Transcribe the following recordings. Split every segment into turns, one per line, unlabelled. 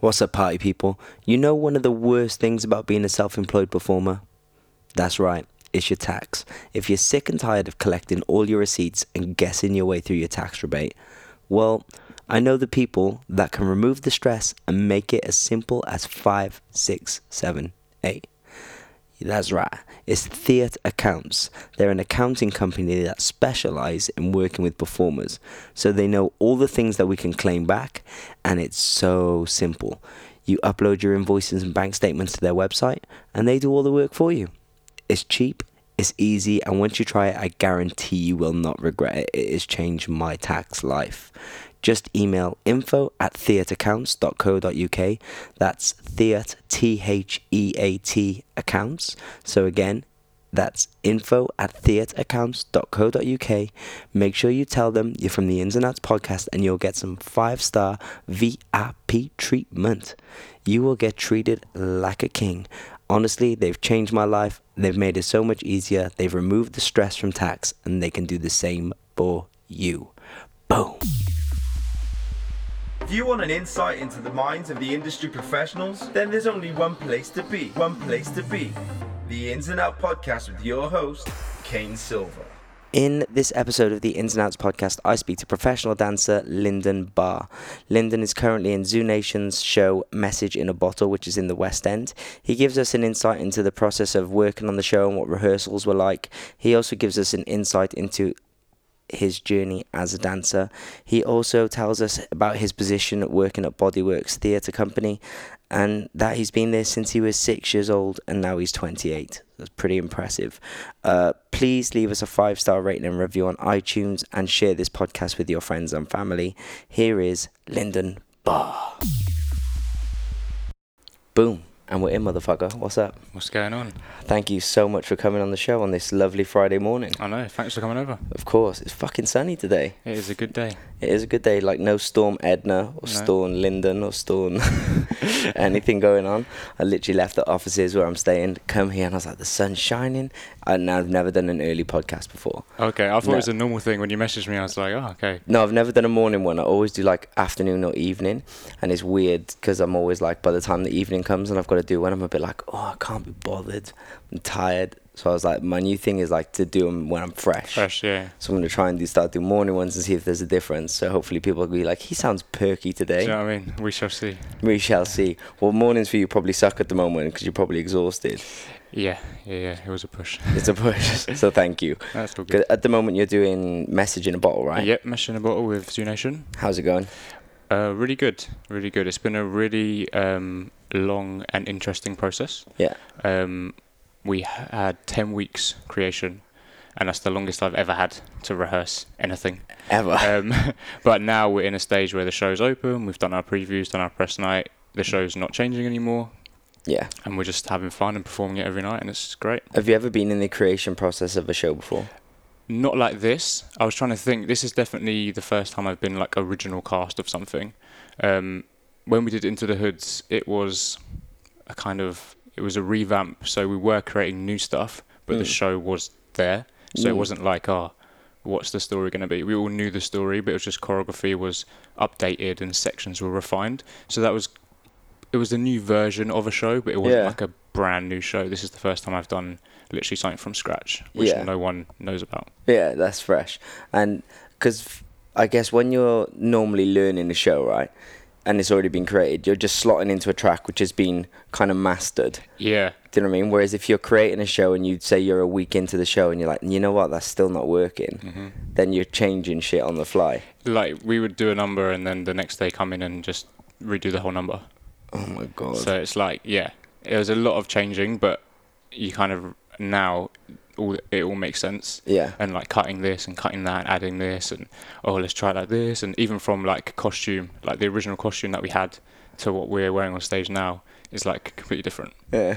What's up, party people? You know one of the worst things about being a self employed performer? That's right, it's your tax. If you're sick and tired of collecting all your receipts and guessing your way through your tax rebate, well, I know the people that can remove the stress and make it as simple as five, six, seven, eight. That's right. It's Theatre Accounts. They're an accounting company that specialise in working with performers. So they know all the things that we can claim back, and it's so simple. You upload your invoices and bank statements to their website, and they do all the work for you. It's cheap, it's easy, and once you try it, I guarantee you will not regret it. It has changed my tax life. Just email info at theatreaccounts.co.uk. That's theat, T H E A T accounts. So again, that's info at theatreaccounts.co.uk. Make sure you tell them you're from the Ins and Outs podcast and you'll get some five star VIP treatment. You will get treated like a king. Honestly, they've changed my life. They've made it so much easier. They've removed the stress from tax and they can do the same for you. Boom.
If you want an insight into the minds of the industry professionals, then there's only one place to be. One place to be. The Ins and Out Podcast with your host, Kane Silver.
In this episode of the Ins and Outs podcast, I speak to professional dancer Lyndon Barr. Lyndon is currently in Zoo Nation's show Message in a Bottle, which is in the West End. He gives us an insight into the process of working on the show and what rehearsals were like. He also gives us an insight into his journey as a dancer. He also tells us about his position working at Bodyworks Theatre Company and that he's been there since he was six years old and now he's 28. That's pretty impressive. Uh, please leave us a five star rating and review on iTunes and share this podcast with your friends and family. Here is Lyndon Barr. Boom. And we're in, motherfucker. What's up?
What's going on?
Thank you so much for coming on the show on this lovely Friday morning.
I know. Thanks for coming over.
Of course, it's fucking sunny today.
It is a good day.
It is a good day, like no storm Edna or
No.
storm Linden or storm anything going on. I literally left the offices where I'm staying, come here, and I was like, the sun's shining. And I've never done an early podcast before.
Okay, I thought
No.
it was a normal thing. When you messaged me, I was like, oh, okay.
No, I've never done a morning one. I always do like afternoon or evening, and it's weird because I'm always like, by the time the evening comes and I've got to do one, I'm a bit like, oh, I can't be bothered. I'm tired. So I was like, my new thing is like to do them when I'm
Fresh, yeah.
So I'm gonna try and do start doing morning ones and see if there's a difference. So hopefully people will be like, he sounds perky
Do
today.
you know what I mean? We shall see.
We shall see. Well, mornings for you probably suck at the moment because you're probably exhausted.
Yeah, yeah, yeah. It was a push.
It's a push. so thank you.
That's all
'Cause
good.
At the moment you're doing message in a bottle, right?
Yep, mesh in a bottle with Zoo Nation.
How's it going?
Uh, really good, really good. It's been a really um, long and interesting process.
Yeah.
Um, we h- had 10 weeks creation, and that's the longest I've ever had to rehearse anything.
Ever.
um, but now we're in a stage where the show's open. We've done our previews, done our press night. The show's not changing anymore,
yeah.
and we're just having fun and performing it every night, and it's great.
Have you ever been in the creation process of a show before?
Not like this. I was trying to think. This is definitely the first time I've been like original cast of something. Um, when we did Into the Hoods, it was a kind of it was a revamp. So we were creating new stuff, but the
Mm.
show was there, so it
Mm.
wasn't like oh, what's the story going to be? We all knew the story, but it was just choreography was updated and sections were refined. So that was it was a new version of a show, but it wasn't
Yeah.
like a brand new show. This is the first time I've done literally something from scratch, which
Yeah.
no one knows about.
Yeah, that's fresh. And because I guess when you're normally learning a show, right, and it's already been created, you're just slotting into a track which has been kind of mastered.
Yeah,
Do you know what I mean? Whereas if you're creating a show and you say you're a week into the show and you're like, you know what, that's still not working, then you're changing shit on the fly.
like we would do a number and then the next day come in and just redo the whole number.
Oh my god.
So it's like, yeah, it was a lot of changing, but you kind of now all it all makes sense.
yeah.
And like cutting this and cutting that, and adding this, and oh, let's try it like this, and even from like costume, like the original costume that we had to what we're wearing on stage now is like completely different.
Yeah.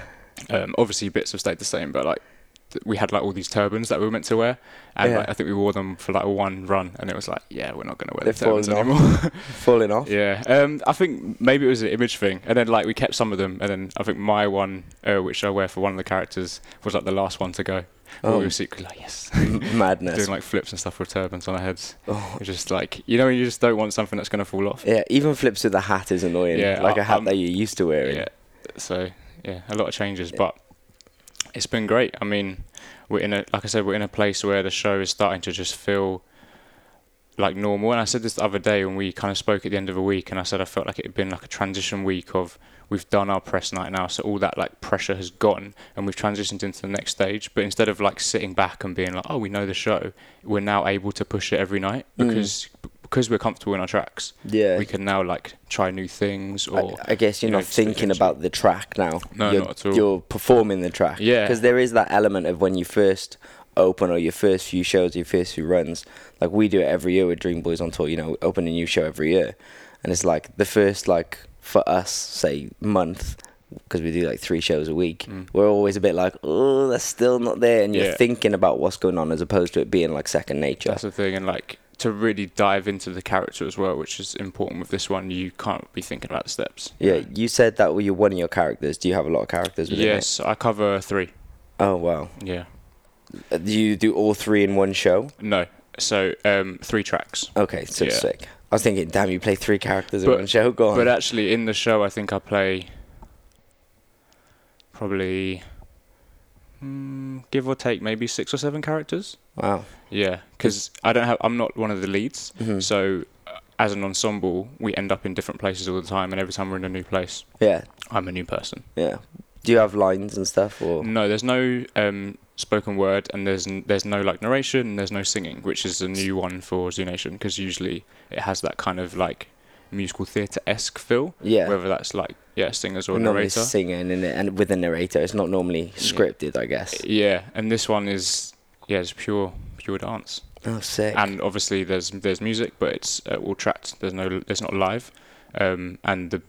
Um, obviously, bits have stayed the same, but like th- we had like all these turbans that we were meant to wear, and
Yeah.
like, I think we wore them for like one run, and it was like, yeah, we're not gonna wear
They're
the turbans
falling
anymore.
off. Falling off.
Yeah, um, I think maybe it was an image thing, and then like we kept some of them, and then I think my one, uh, which I wear for one of the characters, was like the last one to go. Oh.
Oh.
We were secretly like, yes,
M- Madness.
doing like flips and stuff with turbans on our heads.
Oh,
It's just like you know, you just don't want something that's gonna fall off.
yeah, even flips with a hat is annoying.
Yeah,
like
I-
a hat
I'm-
that you're used to wearing.
Yeah, so yeah, a lot of changes, but it's been great. I mean, we're in a like I said, we're in a place where the show is starting to just feel like normal. And I said this the other day when we kind of spoke at the end of a week, and I said I felt like it had been like a transition week of we've done our press night now, so all that like pressure has gone, and we've transitioned into the next stage. But instead of like sitting back and being like, oh, we know the show, we're now able to push it every night
Mm.
because because we're comfortable in our tracks.
Yeah.
We can now like try new things
I-
or
I, guess you're
you know,
not
just
thinking
change-
about the track now.
No,
you're,
not at all.
You're performing the track.
Yeah.
Because there is that element of when you first open or your first few shows, your first few runs. Like we do it every year with Dream Boys on tour. You know, we open a new show every year, and it's like the first like for us say month. Because we do like three shows a week, we're always a bit like, oh, that's still not there, and you're
Mm. Yeah.
thinking about what's going on as opposed to it being like second nature.
That's the thing, and like to really dive into the character as well, which is important with this one. You can't be thinking about the steps.
yeah, you said that were your one of your characters. Do you have a lot of characters? Within It?
Yes, I cover three.
Oh wow.
Yeah.
Uh, Do you do all three in one show?
No. So um, three tracks.
Okay, so
Yeah.
sick. I was thinking, damn, you play three characters in
But-
one show. Go on.
But uh, actually, in the show, I think I play probably mm, give or take maybe six or seven characters.
wow.
Yeah, because I don't have. I'm not one of the leads.
Mhm.
So uh, as an ensemble, we end up in different places all the time, and every time we're in a new place,
Yeah,
I'm a new person.
yeah. Do you have lines and stuff, or
No, there's no um, spoken word, and there's n- there's no like narration, and there's no singing, which is a new one for Zoo Nation because usually it has that kind of like musical theatre esque feel,
yeah?
whether that's like yeah singers or
normally
narrator.
singing in it and with a narrator. It's not normally scripted, I guess.
yeah, and this one is yeah it's pure pure dance,
Oh, sick.
and obviously there's there's music, but it's uh, all tracked. There's no there's not live, um, and the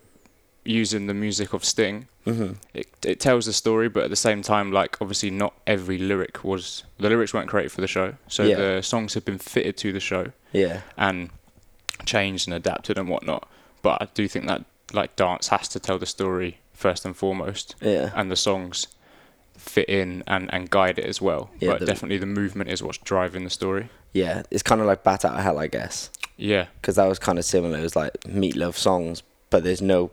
using the music of Sting
hmm
it it tells the story, but at the same time, like obviously not every lyric was the lyrics weren't created for the show, so
Yeah.
the songs have been fitted to the show
Yeah,
and changed and adapted and whatnot. But I do think that like dance has to tell the story first and foremost,
yeah,
and the songs fit in and and guide it as well.
Yeah,
but
the-
definitely the movement is what's driving the story.
yeah. It's kind of like Bat Out of Hell, I guess,
Yeah,
because that was kind of similar. It was like Meatloaf songs, but there's no,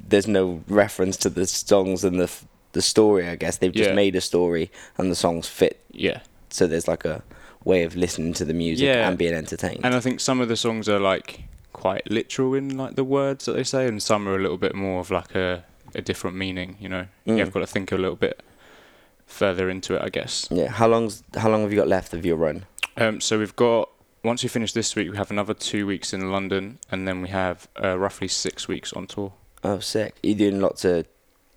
there's no reference to the songs and the f- the story. I guess they've just
Yeah.
made a story and the songs fit
yeah.
so there's like a way of listening to the music
Yeah.
and being entertained.
And I think some of the songs are like quite literal in like the words that they say, and some are a little bit more of like a, a different meaning. You know,
Mm.
you've got to think a little bit further into it, I guess.
yeah, how long's how long have you got left of your run?
Um, so we've got once we finish this week, we have another two weeks in London, and then we have uh, roughly six weeks on tour.
Oh, sick! You're doing lots of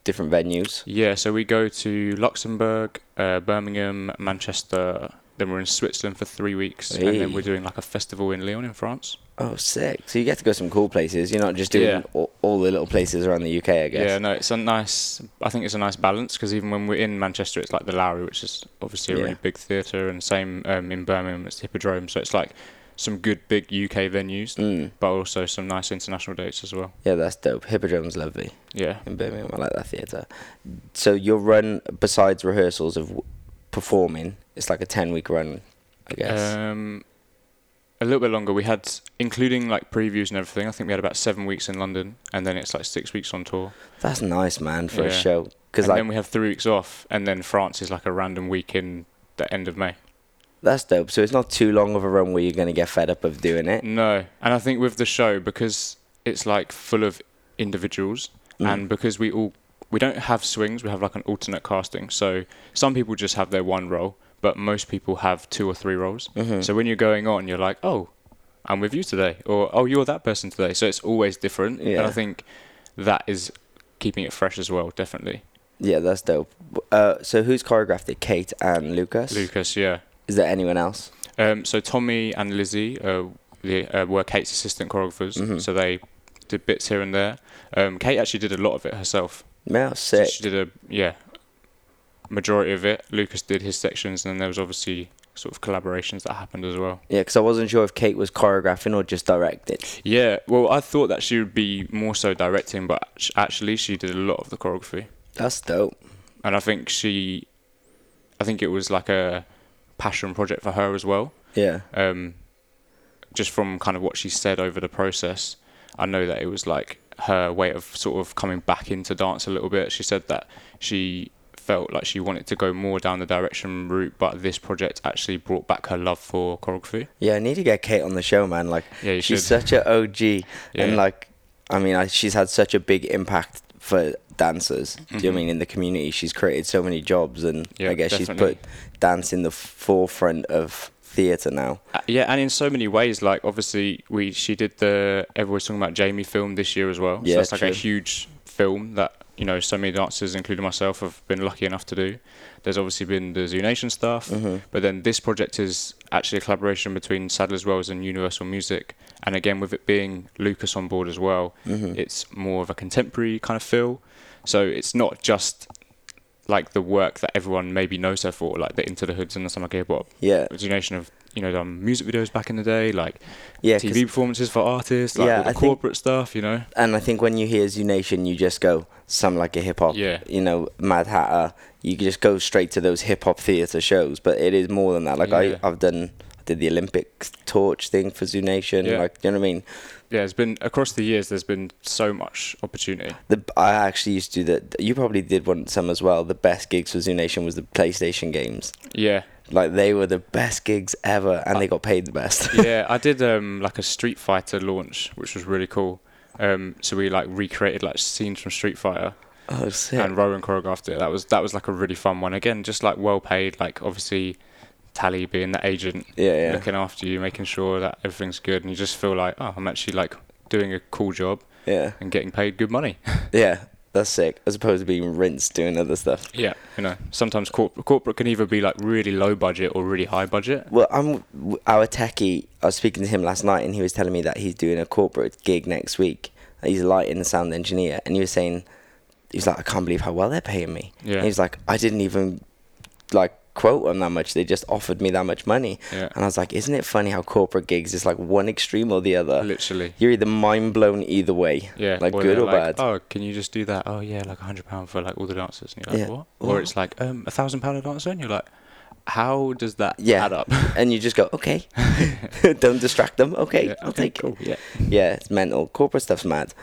different venues.
Yeah, so we go to Luxembourg, uh, Birmingham, Manchester. Then we're in Switzerland for three weeks, and then
Hey.
we're doing like a festival in Lyon in France.
Oh, sick! So you get to go some cool places. You're not just doing
Yeah.
all, all the little places around the UK, I
Yeah,
guess.
no, it's a nice. I think it's a nice balance because even when we're in Manchester, it's like the Lowry, which is obviously a
Yeah.
really big theatre, and same um, in Birmingham, it's the Hippodrome. So it's like some good big UK venues,
Yeah, mm.
but also some nice international dates as well.
yeah, that's dope. Hippodrome's lovely
Yeah,
in Birmingham. I like that theatre. So your run, besides rehearsals of w- performing, it's like a ten week run, I guess.
um, a little bit longer. We had, including like previews and everything. I think we had about seven weeks in London, and then it's like six weeks on tour,
that's nice, man, for a
yeah.
show. Because
and
like
then we have three weeks off, and then France is like a random week in the end of May.
That's dope. So it's not too long of a run where you're going to get fed up of doing it.
No, and I think with the show because it's like full of individuals,
Mm.
and because we all we don't have swings, we have like an alternate casting. So some people just have their one role, but most people have two or three roles.
Mhm.
So when you're going on, you're like, oh, I'm with you today, or oh, you're that person today. So it's always different, and
Yeah.
I think that is keeping it fresh as well. Definitely,
Yeah, that's dope. Uh, so who's choreographed it? Kate and Lucas?
Lucas, yeah.
Is there anyone else?
Um, so Tommy and Lizzie uh, the, uh, were Kate's assistant choreographers,
Mhm.
so they did bits here and there. Um, Kate actually did a lot of it herself.
No,
So
sick.
she did a yeah, majority of it. Lucas did his sections, and then there was obviously sort of collaborations that happened as well.
Yeah, because I wasn't sure if Kate was choreographing or just directed.
Yeah, well, I thought that she would be more so directing, but act- actually, she did a lot of the choreography,
That's dope.
and I think she, I think it was like a passion project for her as well.
Yeah.
um, just from kind of what she said over the process, I know that it was like her way of sort of coming back into dance a little bit. She said that she felt like she wanted to go more down the direction route, but this project actually brought back her love for choreography.
Yeah, I need to get Kate on the show, man. Like,
Yeah, you
she's
should.
such an OG, and
Yeah.
like, I mean, I, she's had such a big impact for dancers. Do you know what I mean in the community? She's created so many jobs, and
Mm-hmm. Yeah,
I guess
definitely.
she's put dance in the forefront of theatre now.
Uh, yeah, and in so many ways, like obviously we she did the everyone's talking about Jamie film this year as well.
Yeah,
so that's like a
true.
huge film that you know so many dancers, including myself, have been lucky enough to do. There's obviously been the Zoo Nation stuff,
Mm-hmm.
but then this project is actually a collaboration between Saddlers Wells and Universal Music, and again with it being Lucas on board as well,
Mm-hmm.
it's more of a contemporary kind of feel. So it's not just like the work that everyone maybe knows her for, like the Into the Hoods and the Summer K-pop
Yeah,
origination of you know done music videos back in the day, like
yeah. 'cause-
TV performances for artists, like
Yeah,
all the
I think-
corporate stuff, you know.
and I think when you hear Zoo Nation, you just go some like a hip hop.
Yeah.
You know, Mad Hatter. You just go straight to those hip hop theatre shows, but it is more than that. Like
Yeah.
I, I've done. I Did the Olympic torch thing for Zoo Nation?
Yeah.
Like, do you know what I mean?
Yeah, it's been across the years. There's been so much opportunity.
The I actually used to do that. You probably did one some as well. The best gigs for Zoo Nation was the PlayStation games.
Yeah,
Like they were the best gigs ever, and they got paid the best.
yeah. I did um like a Street Fighter launch, which was really cool. Um, so we like recreated like scenes from Street Fighter,
oh, sick.
and Rowan choreographed it. That was that was like a really fun one. Again, just like well paid. Like obviously, Tally being the agent,
Yeah, yeah.
looking after you, making sure that everything's good, and you just feel like oh, I'm actually like doing a cool job
yeah,
and getting paid good money.
yeah. That's sick. As opposed to being rinsed doing other stuff.
Yeah, you know, sometimes corporate corporate can either be like really low budget or really high budget.
Well, I'm our techie. I was speaking to him last night, and he was telling me that he's doing a corporate gig next week. He's a lighting and sound engineer, and he was saying, he was like, I can't believe how well they're paying me.
Yeah.
And he was like, I didn't even like quote them that much. They just offered me that much money.
Yeah.
And I was like, isn't it funny how corporate gigs is like one extreme or the other?
Literally.
You're either mind blown either way.
Yeah,
Like
or
good
they're
or
like,
bad.
Oh, can you just do that? Oh yeah, like a hundred pound for like all the dancers. And you're like,
Yeah.
what? Or
What?
it's like um a thousand pound a dancer, and you're like, how does that
yeah.
add up?
and you just go, okay. Don't distract them. Okay,
Yeah,
I'll
okay,
take
cool.
it. Yeah, it's mental. Corporate stuff's mad.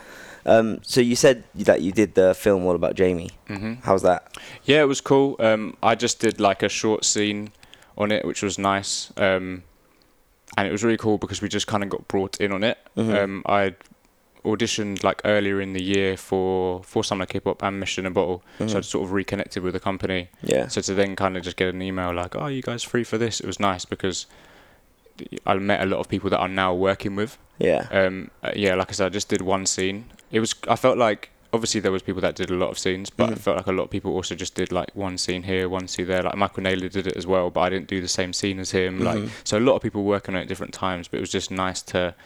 Um, so you said that you did the film all about Jamie. Mm-hmm. How's that?
Yeah, it was cool. Um, I just did like a short scene on it, which was nice. Um, and it was really cool because we just kind of got brought in on it. Um, I auditioned like earlier in the year for for Summer K-pop and Mission in a Bottle, so I'd sort of reconnected with the company.
Yeah.
So to then kind of just get an email like, "Oh, you guys free for this?" It was nice because I met a lot of people that I'm now working with.
Yeah.
Um, uh, yeah, like I said, I just did one scene. It was I felt like obviously there was people that did a lot of scenes, but
Mm-hmm.
I felt like a lot of people also just did like one scene here, one scene there. Like Michael Naylor did it as well, but I didn't do the same scene as him.
Mm-hmm.
Like so, a lot of people working on it at different times, but it was just nice to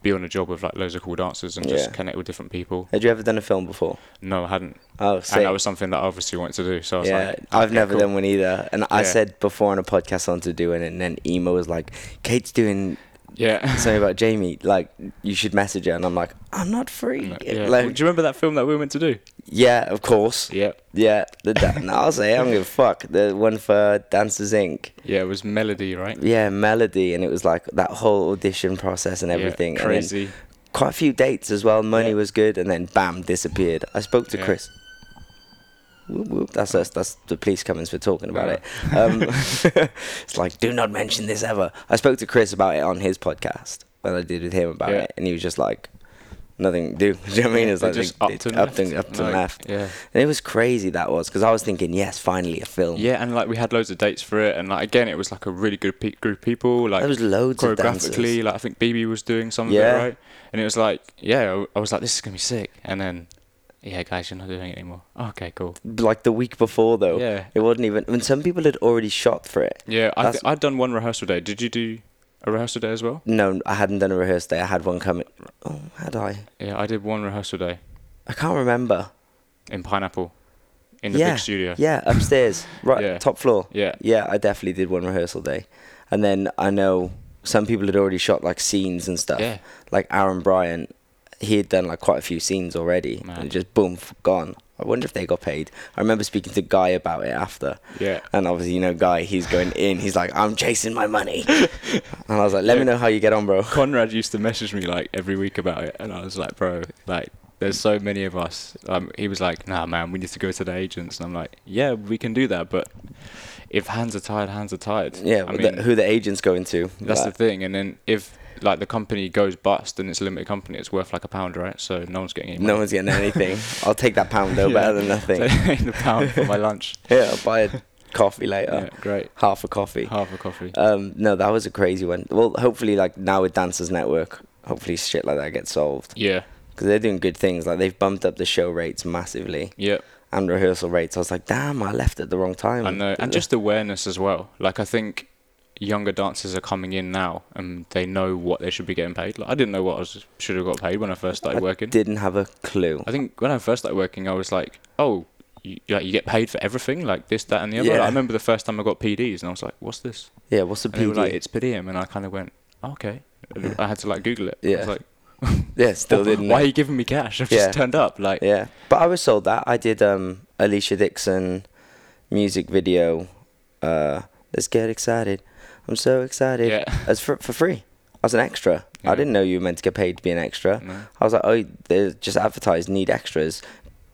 be on a job with like loads of cool dancers and just
Yeah.
connect with different people.
Had you ever done a film before?
No, I hadn't,
Oh,
and
sick.
that was something that I obviously wanted to do. So I was
yeah,
like,
I've
okay,
never
cool.
done one either. And I
Yeah.
said before on a podcast on to doing it, and then Emo was like, Kate's doing
Yeah.
something about Jamie. Like, you should message her. And I'm like, I'm not free.
Yeah.
Like,
do you remember that film that we were meant to do?
yeah, of course.
Yeah.
Yeah, the da- no, I'll say it, I don't give a fuck. The one for Dancers Inc.
Yeah, it was Melody, right?
Yeah, melody, and it was like that whole audition process and
Yeah,
everything. and then
crazy.
quite a few dates as well. Money
Yeah.
was good, and then bam, disappeared. I spoke to
Yeah.
Chris. Whoop, whoop. That's us. That's the police coming for talking about
Right.
it. Um, it's like, do not mention this ever. I spoke to Chris about it on his podcast when I did with him about
Yeah.
it, and he was just like, nothing to do. do you know what I mean? It's
They
like
just
they-
upped and
upped
left.
and, upped and
Like,
left.
yeah.
And it was crazy that was because I was thinking, yes, finally a film.
Yeah, and like we had loads of dates for it, and like again, it was like a really good pe- group of people. Like
There was loads of
choreographically,
dancers.
like I think BB was doing some
Yeah.
of it right, and it was like yeah, I was like this is gonna be sick, and then yeah, guys, you're not doing it anymore. Okay, cool.
Like the week before though,
Yeah.
it wasn't even. And some people had already shot for it.
Yeah, I
That's-
th- I'd done one rehearsal day. Did you do a rehearsal day as well?
No, I hadn't done a rehearsal day. I had one coming. Oh, had I?
Yeah, I did one rehearsal day
I can't remember.
in Pineapple. in the
yeah,
big studio.
Yeah, upstairs, right,
Yeah.
top floor.
Yeah.
yeah. I definitely did one rehearsal day, and then I know some people had already shot like scenes and stuff.
Yeah.
like Aaron Bryan, he had done like quite a few scenes already,
Man.
and just boom, f- gone. I wonder if they got paid. I remember speaking to Guy about it after.
Yeah.
And obviously, you know, Guy, he's going in. He's like, I'm chasing my money. and I was like, let me
Yeah.
know how you get on, bro.
Conrad used to message me like every week about it, and I was like, bro, like there's so many of us. Um, he was like, nah, man, we need to go to the agents, and I'm like, yeah, we can do that, but if hands are tied, hands are tied.
Yeah,
I
the-
mean,
who the agent's going to.
that's the
Like,
thing. And then if like the company goes bust and it's a limited company, it's worth like a pound, right? So no one's getting any
no
money.
one's getting anything. I'll take that pound though,
Yeah.
better than nothing.
Take the pound for my lunch.
yeah, I'll buy a coffee later.
Yeah, great.
Half a coffee.
Half a coffee.
Um, no, that was a crazy one. Well, hopefully, like now with Dancers Network, hopefully shit like that gets solved
yeah,
because they're doing good things. Like they've bumped up the show rates massively
yeah.
and rehearsal rates. I was like, damn, I left at the wrong time.
I know, and just awareness as well. Like I think younger dancers are coming in now, and they know what they should be getting paid. Like I didn't know what I was, should have got paid when I first started
I
working.
didn't have a clue.
I think when I first started working, I was like, oh, you, like, you get paid for everything, like this, that, and the other. Like,
Yeah.
I remember the first time I got PDs, and I was like, what's this?
Yeah, what's the
And they were
PD?
like, it's per diem, and I kind of went, oh, okay. And I had to like Google it. I
Yeah.
was like,
yeah, still didn't.
why
know.
are you giving me cash? I've
Yeah.
just turned up. Like,
Yeah, but I was sold that. I did um, Alicia Dixon music video. Uh, Let's get excited. I'm so excited.
Yeah.
As for for free. I was an extra. I
Yeah.
didn't know you were meant to get paid to be an extra.
No.
I was like, oh, they just advertised need extras.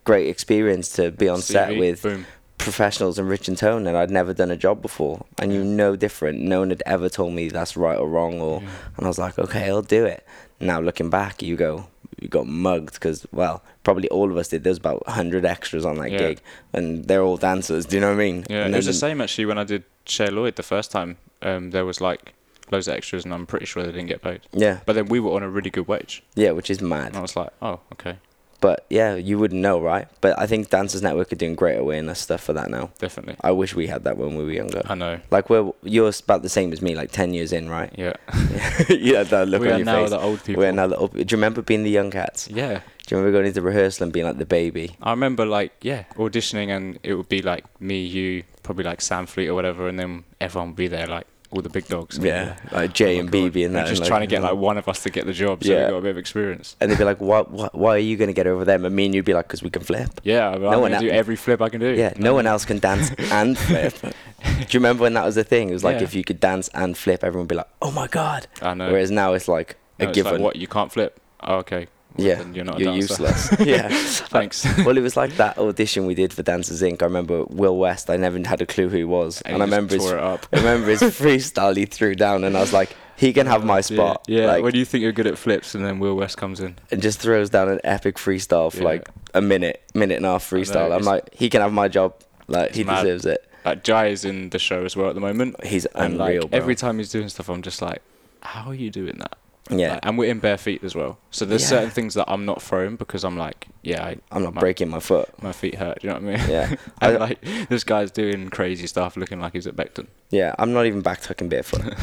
Great experience to be on set
CV,
with
boom.
professionals and rich in tone, and I'd never done a job before. I knew no different. No one had ever told me that's right or wrong, or
Yeah.
and I was like, okay, I'll do it. Now looking back, you go, you got mugged because well, probably all of us did. There's about hundred extras on that
Yeah.
gig, and they're all dancers. Do you know what I mean?
Yeah,
and
it was the
then-
same actually when I did Share Lloyd the first time. Um, there was like loads of extras, and I'm pretty sure they didn't get paid.
Yeah,
But then we were on a really good wage,
yeah, which is mad.
and I was like, oh, okay,
But yeah, you wouldn't know, right? But I think Dancers Network are doing great awareness stuff for that now.
definitely.
I wish we had that when we were younger.
I know.
Like we're you're about the same as me, like ten years in, right?
Yeah,
you had that look
we
on
are
your
now
face.
the old people.
We're now the up. Do you remember being the young cats?
yeah,
Do you remember going into rehearsal and being like the baby?
I remember like yeah auditioning, and it would be like me, you, probably like Sam Fleet or whatever, and then everyone would be there like all the big dogs. and we'd be like,
like Jay
"Oh
and
my God,
BB and
we're
that.
Just
and
trying to get like one of us to get the job, so
Yeah.
we got a bit of experience.
And they'd be like, "Why? Why, why are you going to get over them?" And me and you'd be like, "Cause we can flip."
Yeah, I'm
one
gonna do
else-
every flip I can do.
Yeah, no one else can dance and flip. Do you remember when that was a thing? It was like
Yeah.
if you could dance and flip, everyone would be like, "Oh my god!"
I know.
Whereas now it's like
No,
a
it's like,
given.
what you can't flip? Oh, okay. Well,
Yeah,
then you're not. a dancer.
useless. yeah.
Thanks.
well, it was like that audition we did for Dancers Inc. I remember Will West. I never had a clue who he was, and,
And
I
he just
remember his,
tore it up.
I remember his freestyle he threw down, and I was like, he can have my spot.
Yeah,
like,
when you think you're good at flips and then Will West comes in.
and just throws down an epic freestyle for
Yeah.
like a minute, minute and a half
know,
freestyle. I'm
it's-
like, he can have my job. Like he
mad.
deserves it.
Like Uh, Jai is in the show as well at the moment.
He's
And
unreal.
like
bro.
every time he's doing stuff I'm just like, How are you doing that?
yeah,
Like, and we're in bare feet as well. So there's
Yeah.
certain things that I'm not throwing because I'm like, Yeah, I,
I'm not
my,
breaking my foot.
my feet hurt, do you know what I mean?
Yeah, I-
and like this guy's doing crazy stuff looking like he's at Beckton.
Yeah, I'm not even back tucking barefoot.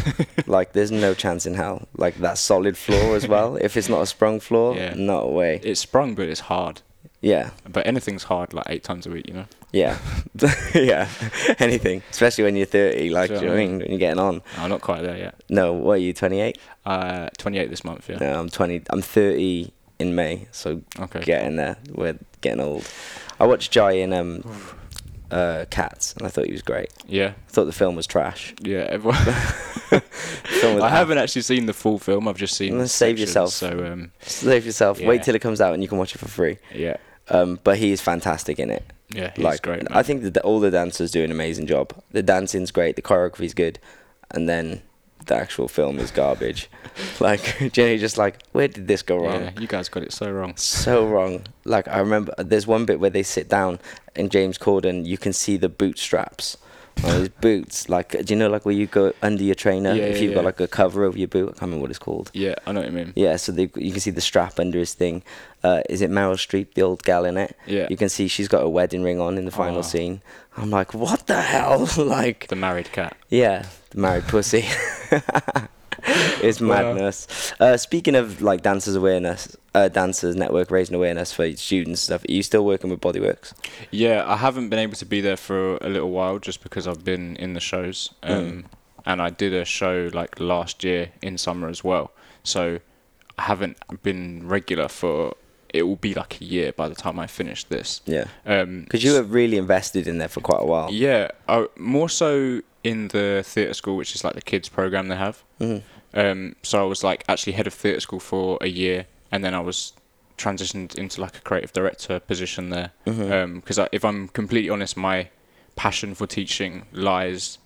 like there's no chance in hell. Like that solid floor as well. If it's not a sprung floor,
Yeah.
not a way.
It's sprung but it's hard.
Yeah.
But anything's hard like eight times a week, you know?
Yeah, yeah, anything, especially when you're 30, like,
Sure.
do you know what I mean, when you're getting on.
I'm not quite there yet.
No, what are you, 28?
Uh twenty eight this month, yeah.
No, I'm 20, I'm 30 in May, so
Okay.
getting there, we're getting old. I watched Jai in um, uh, Cats, and I thought he was great.
Yeah.
I thought the film was trash.
Yeah, everyone
The film was
I haven't actually seen the full film. I've just seen.
Well, save
sections,
yourself.
So um,
Save yourself, wait
Yeah.
till it comes out and you can watch it for free.
yeah,
Um, but he is fantastic in it.
yeah, he's
like,
great. Man.
I think that the, all the dancers do an amazing job. The dancing's great, the choreography's good, and then the actual film is garbage. like Jenny, just like where did this go wrong?
Yeah, you guys got it so wrong.
So wrong. Like I remember, there's one bit where they sit down and James Corden, you can see the bootstraps on his boots. Like do you know, like where you go under your trainer
Yeah,
if
yeah,
you've got
yeah.
like a cover over your boot. I can't remember what it's called.
Yeah, I know what you mean.
Yeah, so they, you can see the strap under his thing. Uh, is it Meryl Streep, the old gal in it?
Yeah.
You can see she's got a wedding ring on in the final
Oh.
scene. I'm like, what the hell? like,
The married cat.
yeah, the married pussy. it's madness. Uh, speaking of like dancers awareness, uh, dancers network raising awareness for students and stuff. Are you still working with Bodyworks?
Yeah, I haven't been able to be there for a little while just because I've been in the shows.
Mm.
Um, And I did a show like last year in summer as well. So I haven't been regular for, it will be like a year by the time I finish this.
Yeah,
Um,
because you were really invested in there for quite a while.
Yeah, uh, more so in the theatre school, which is like the kids' program they have.
Mhm.
Um, so I was like actually head of theatre school for a year, and then I was transitioned into like a creative director position there. Because if I'm completely honest, my passion for teaching lies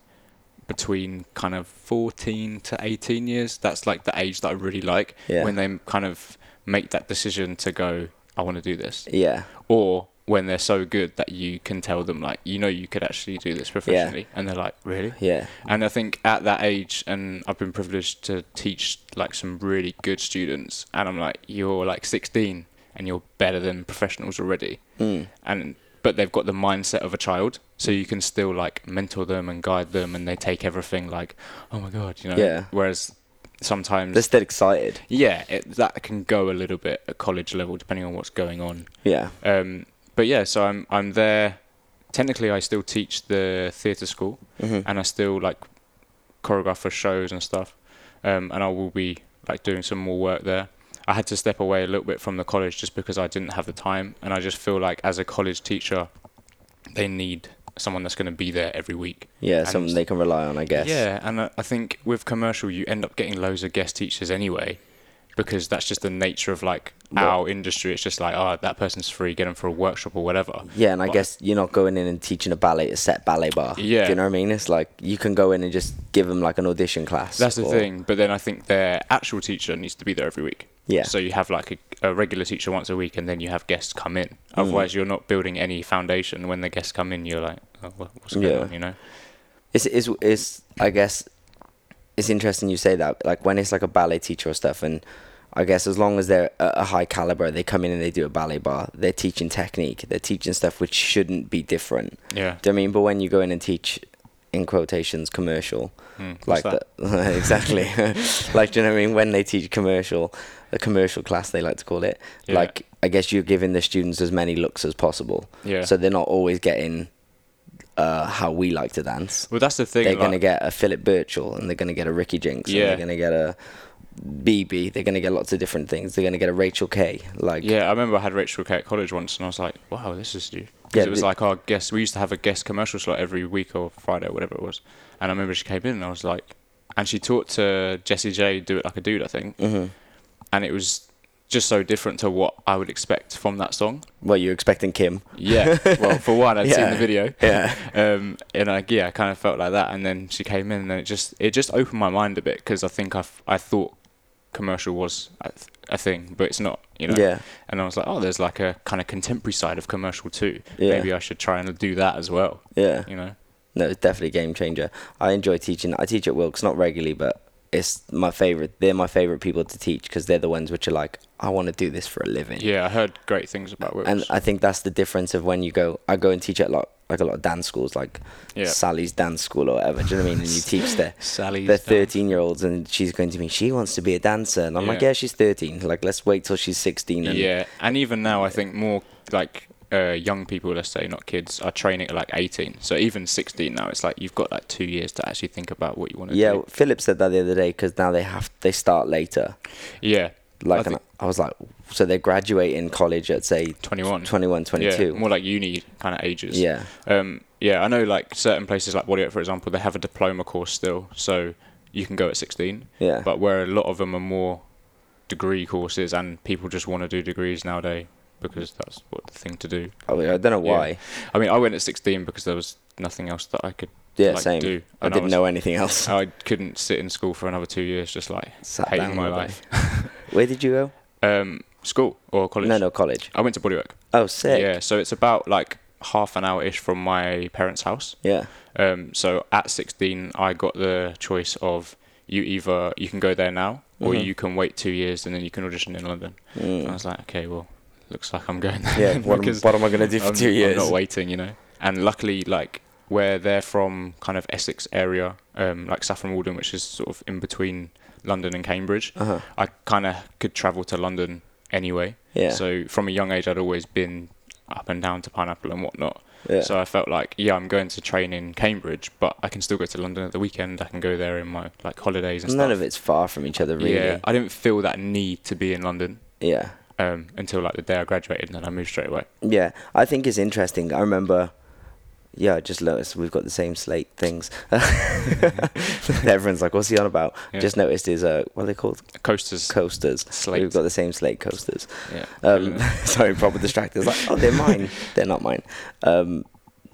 between kind of 14 to 18 years. That's like the age that I really like
Yeah.
when they kind of make that decision to go, I want to do this
Yeah,
or when they're so good that you can tell them like you know you could actually do this professionally and they're like really
yeah,
and i think at that age and i've been privileged to teach like some really good students and i'm like you're like 16 and you're better than professionals already
mm.
and but they've got the mindset of a child so you can still like mentor them and guide them and they take everything like oh my god you know
Yeah.
whereas sometimes
they're still excited.
yeah it, that can go a little bit at college level depending on what's going on
Yeah,
um, but yeah, so I'm I'm there. Technically, I still teach the theatre school,
Mhm.
and I still like choreograph for shows and stuff. Um, and I will be like doing some more work there. I had to step away a little bit from the college just because I didn't have the time, and I just feel like as a college teacher, they need someone that's going to be there every week.
yeah,
And-
something they can rely on, I guess.
Yeah, and I I think with commercial, you end up getting loads of guest teachers anyway, because that's just the nature of like our industry. It's just like, oh, that person's free, get them for a workshop or whatever.
Yeah, and I
But-
guess you're not going in and teaching a ballet a set ballet bar.
Yeah.
do you know what I mean? It's like you can go in and just give them like an audition class.
That's the
or-
thing. But then I think their actual teacher needs to be there every week.
Yeah.
So you have like a, a regular teacher once a week, and then you have guests come
Mm.
in. Otherwise, you're not building any foundation. When the guests come in, you're like, oh, wha- what's going
Yeah.
on? You know?
It's it's it's I guess it's interesting you say that. Like when it's like a ballet teacher or stuff, and I guess as long as they're at a high caliber, they come in and they do a ballet bar. They're teaching technique. They're teaching stuff which shouldn't be different.
Yeah.
Do you know what I mean? But when you go in and teach, in quotations, commercial,
Mm, what's
like
that?
that. exactly. like do you know what I mean? When they teach commercial, a commercial class they like to call it.
Yeah.
Like I guess you're giving the students as many looks as possible,
Yeah.
so they're not always getting uh, how we like to dance
well, that's the thing.
they're
like-
going to get a Philip Birchall and they're going to get a Ricky Jinks and
Yeah.
they're going to get a BB. They're going to get lots of different things. They're going to get a Rachel K. Like,
Yeah, I remember I had Rachel K at college once, and I was like, "Wow, this is new."
Yeah,
Because it was
the-
like our guest. We used to have a guest commercial slot every week or Friday or whatever it was, and I remember she came in and I was like, and she taught to Jesse J do it like a dude, I think,
Mhm.
and it was just so different to what I would expect from that song.
well, you're expecting Kim.
Yeah. Well, for one, I'd seen
Yeah.
the video.
Yeah.
Um, and I, yeah, I kind of felt like that. And then she came in, and it just it just opened my mind a bit because I think I f- I thought commercial was a, th- a thing, but it's not. You know.
Yeah.
And I was like, oh, there's like a kind of contemporary side of commercial too.
Yeah.
Maybe I should try and do that as well.
Yeah.
You know.
No, it's definitely a game changer. I enjoy teaching. I teach at Wilkes, not regularly, but it's my favorite. They're my favorite people to teach because they're the ones which are like, I want to do this for a living.
Yeah, I heard great things about Wilkes.
And uh, I think that's the difference of when you go. I go and teach at lot, like a lot of dance schools, like
Yeah.
Sally's dance school or whatever. Do you know what I mean? And you teach there.
Sally's
They're
dance.
thirteen year olds, and she's going to me. She wants to be a dancer, and I'm like,
Yeah.
yeah, she's thirteen. Like, let's wait till she's sixteen. And
yeah, and even now, I think more like uh, young people, let's say, not kids, are training at like 18. So even 16 now, it's like you've got like two years to actually think about what you want to
yeah.
do.
Philip said that the other day because now they have they start later.
Yeah.
Like,
I
I,
think
I was like, so they're graduating college at say
21.
21, 22.
Yeah, more like uni kind of ages.
Yeah.
Um, yeah, I know like certain places like Wadiot, for example, they have a diploma course still, so you can go at 16.
Yeah.
But where a lot of them are more degree courses and people just want to do degrees nowadays because that's what the thing to do.
I, mean, I don't know
Yeah.
why.
I mean, I went at 16 because there was nothing else that I could
Yeah,
like,
same.
do. Oh.
I
And
didn't
was-
know anything else.
I couldn't sit in school for another two years, just like
Sat
hating
down
my
all day.
life.
Where did you go?
Um, school or college?
No, no, college.
I went to bodywork.
Oh, sick.
Yeah, so it's about like half an hour ish from my parents' house.
Yeah.
Um, so at 16, I got the choice of you either you can go there now or
Mhm.
you can wait two years and then you can audition in London. And I was like, okay, well, looks like I'm going there.
Mm. Yeah.
then
What, am,
because
what am I going to do for
I'm-
2 years?
I'm not waiting, you know. And luckily, like where they're from, kind of Essex area, um, like Saffron Walden, which is sort of in between London and Cambridge.
Uh-huh.
I kind of could travel to London anyway.
Yeah.
So from a young age, I'd always been up and down to Pineapple and whatnot.
Yeah.
So I felt like, yeah, I'm going to train in Cambridge, but I can still go to London at the weekend. I can go there in my like holidays and
None
stuff.
of it's far from each other, really.
Yeah, I didn't feel that need to be in London
yeah.
um, until like the day I graduated, and then I moved straight away.
Yeah, I think it's interesting. I remember, yeah, I just noticed we've got the same slate things. Everyone's like, "What's he on about?"
Mm-hmm. Yeah.
Just noticed is uh, what are they called?
Coasters.
Coasters.
Slate.
We've got the same slate coasters.
yeah.
Um, sorry, proper distractors. Like, oh, they're mine. they're not mine. Um,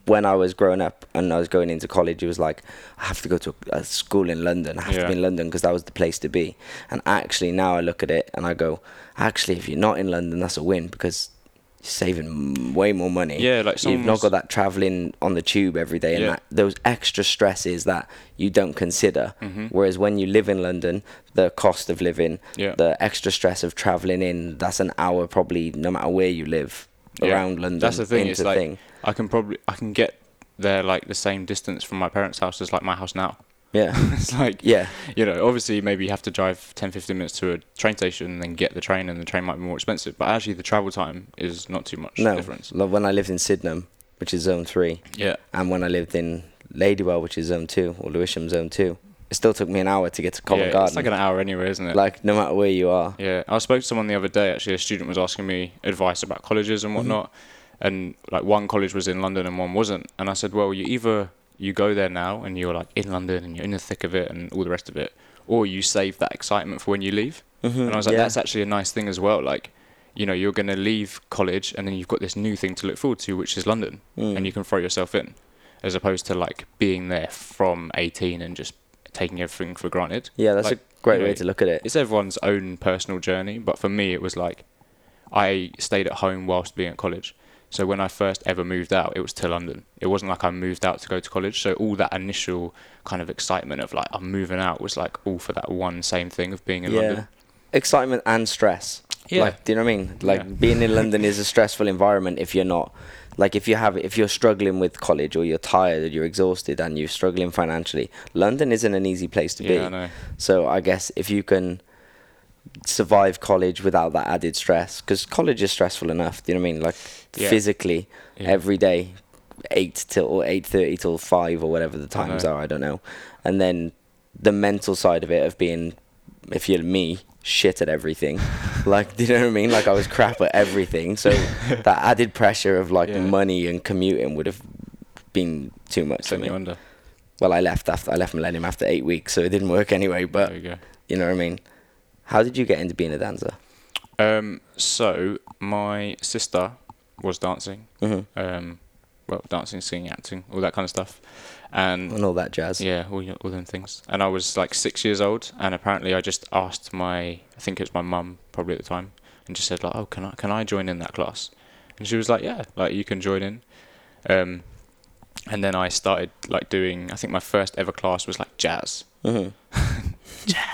when I was growing up and I was going into college, it was like I have to go to a, a school in London. I have to
Yeah.
be in London because that was the place to be. And actually, now I look at it and I go, actually, if you're not in London, that's a win because you're saving m- way more money.
Yeah, like
You've not
someone's-
got that traveling on the tube every day and
Yeah.
that, those extra stresses that you don't consider.
Mm-hmm.
Whereas when you live in London, the cost of living,
Yeah.
the extra stress of traveling in, that's an hour probably no matter where you live
Yeah.
around London.
That's the thing.
into
It's like
thing.
I can probably I can get there like the same distance from my parents' house as like my house now.
Yeah.
it's like
yeah.
you know, obviously maybe you have to drive 10, 15 minutes to a train station and then get the train, and the train might be more expensive. But actually, the travel time is not too much
No.
difference.
Like when I lived in Sydenham, which is zone three,
Yeah,
and when I lived in Ladywell, which is zone two, or Lewisham zone two, it still took me an hour to get to Covent
yeah,
Garden.
it's like an hour anyway, isn't it?
like no matter where you are.
Yeah, I spoke to someone the other day. Actually, a student was asking me advice about colleges and whatnot, and like one college was in London and one wasn't. And I said, well, you either you go there now and you're like in London and you're in the thick of it and all the rest of it, or you save that excitement for when you leave. And I was like,
yeah.
that's actually a nice thing as well. Like, you know, you're gonna leave college and then you've got this new thing to look forward to, which is London,
Mm.
and you can throw yourself in, as opposed to like being there from 18 and just taking everything for granted.
Yeah, that's
Like,
a great
you know,
way to look at it.
it's everyone's own personal journey, but for me, it was like I stayed at home whilst being at college. So when I first ever moved out, it was to London. It wasn't like I moved out to go to college. So all that initial kind of excitement of like I'm moving out was like all for that one same thing of being in London.
Excitement and stress.
Yeah.
Like, do you know what I mean? Like
Yeah.
being in London is a stressful environment if you're not like if you have if you're struggling with college or you're tired or you're exhausted and you're struggling financially, London isn't an easy place to be.
Yeah, I know.
So I guess if you can survive college without that added stress because college is stressful enough do you know what i mean like
Yeah.
physically
Yeah.
every day 8 till or 8.30 till 5 or whatever the
I know.
times are i don't know and then the mental side of it of being if you're me shit at everything like do you know what i mean like i was crap at everything so that added pressure of like
Yeah.
money and commuting would have been too much for
Sent
me
you under.
well i left after i left millennium after eight weeks so it didn't work anyway but
There you go.
you know what I mean? How did you get into being a dancer?
Um, so my sister was dancing. Um, well, dancing, singing, acting, all that kind of stuff, and
And all that jazz.
Yeah, all, y- all them things. And I was like six years old, and apparently I just asked my, I think it's my mum probably at the time, and just said like, oh, can I can I join in that class? And she was like, yeah, like you can join in. Um, and then I started like doing. I think my first ever class was like jazz.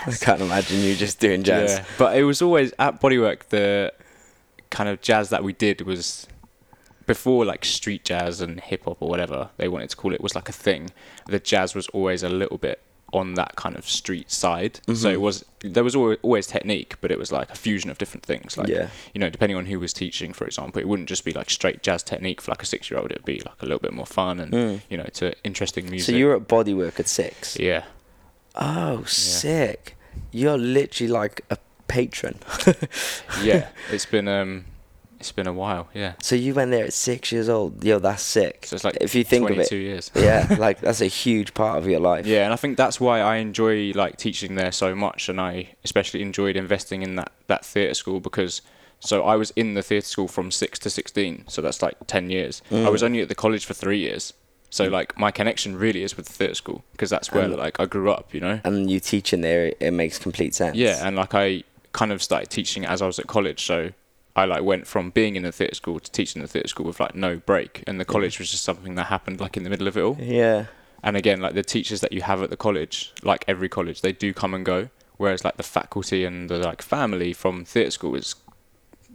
I can't imagine you just doing jazz.
Yeah, but it was always at Bodywork the kind of jazz that we did was before like street jazz and hip hop or whatever they wanted to call it was like a thing. The jazz was always a little bit on that kind of street side. So
Mm-hmm.
it was there was always, always technique, but it was like a fusion of different things. Like
Yeah.
you know, depending on who was teaching, for example, it wouldn't just be like straight jazz technique for like a six year old. It'd be like a little bit more fun and you know to interesting music.
Mm. So you were at bodywork at six.
yeah.
Oh, sick. You're literally like a patron.
Yeah, it's been um, it's been a while. Yeah,
so you went there at six years old. Yo, that's sick.
So it's like
if you think of
22
it.
years.
yeah, like that's a huge part of your life.
Yeah, and I think that's why I enjoy like teaching there so much, and I especially enjoyed investing in that that theatre school because so I was in the theatre school from six to sixteen, so that's like ten years. I was only at the college for three years, so like my connection really is with the theatre school because that's where like I grew up, you know.
And you teaching there, it makes complete sense.
Yeah, and like I kind of started teaching as I was at college, so I like went from being in the theatre school to teaching the theatre school with like no break, and the college was just something that happened like in the middle of it all.
Yeah.
And again, like the teachers that you have at the college, like every college, they do come and go. Whereas like the faculty and the like family from theatre school is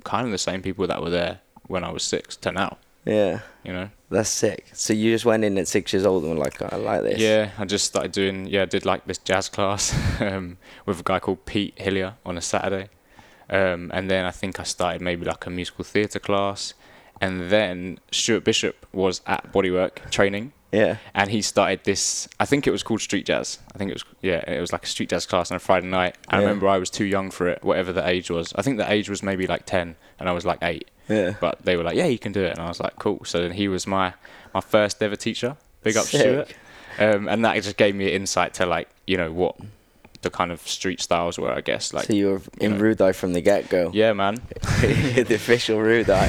kind of the same people that were there when I was six to now.
Yeah.
You know,
That's sick. So you just went in at six years old and were like, "Oh, I like this.
Yeah, I just started doing. Yeah, I did like this jazz class um, with a guy called Pete Hillier on a Saturday, um, and then I think I started maybe like a musical theatre class, and then Stuart Bishop was at Bodywork training,
Yeah.
and he started this. I think it was called street jazz. I think it was yeah, it was like a street jazz class on a Friday night. I
Yeah.
remember I was too young for it, whatever the age was. I think the age was maybe like ten, and I was like eight.
Yeah.
But they were like, "Yeah, you can do it," and I was like, "Cool." So then he was my my first ever teacher. Big up
Sick.
Stuart, um, and that just gave me an insight to like you know what the kind of street styles were. I guess like
so you were in
know.
Rudai from the get go.
yeah, man,
the official Rudai.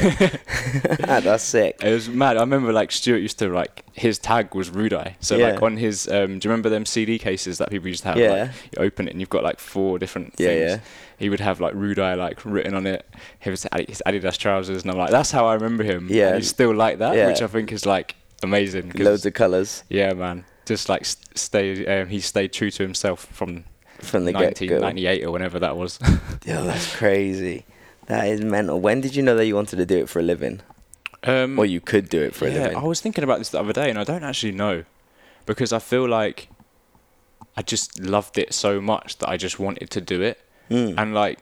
That's sick.
it was mad. I remember like Stuart used to like his tag was Rudai. So like
Yeah.
on his, um, do you remember them CD cases that people used to have?
Yeah.
Like, you open it and you've got like four different
Yeah,
things.
yeah.
He would have like Rudai like written on it. He was Adi- his Adidas trousers, and I'm like, that's how I remember him.
Yeah.
and he's still like that,
Yeah.
which I think is like amazing. 'cause-
Loads of colours
Yeah, man. Just like s- stay, um, he stayed true to himself from
from the get go.
1998 or whenever that was.
Yo, that's crazy. That is mental. When did you know that you wanted to do it for a living?
um,
Or you could do it for a
yeah,
living?
I was thinking about this the other day, and I don't actually know because I feel like I just loved it so much that I just wanted to do it,
Mm.
and like,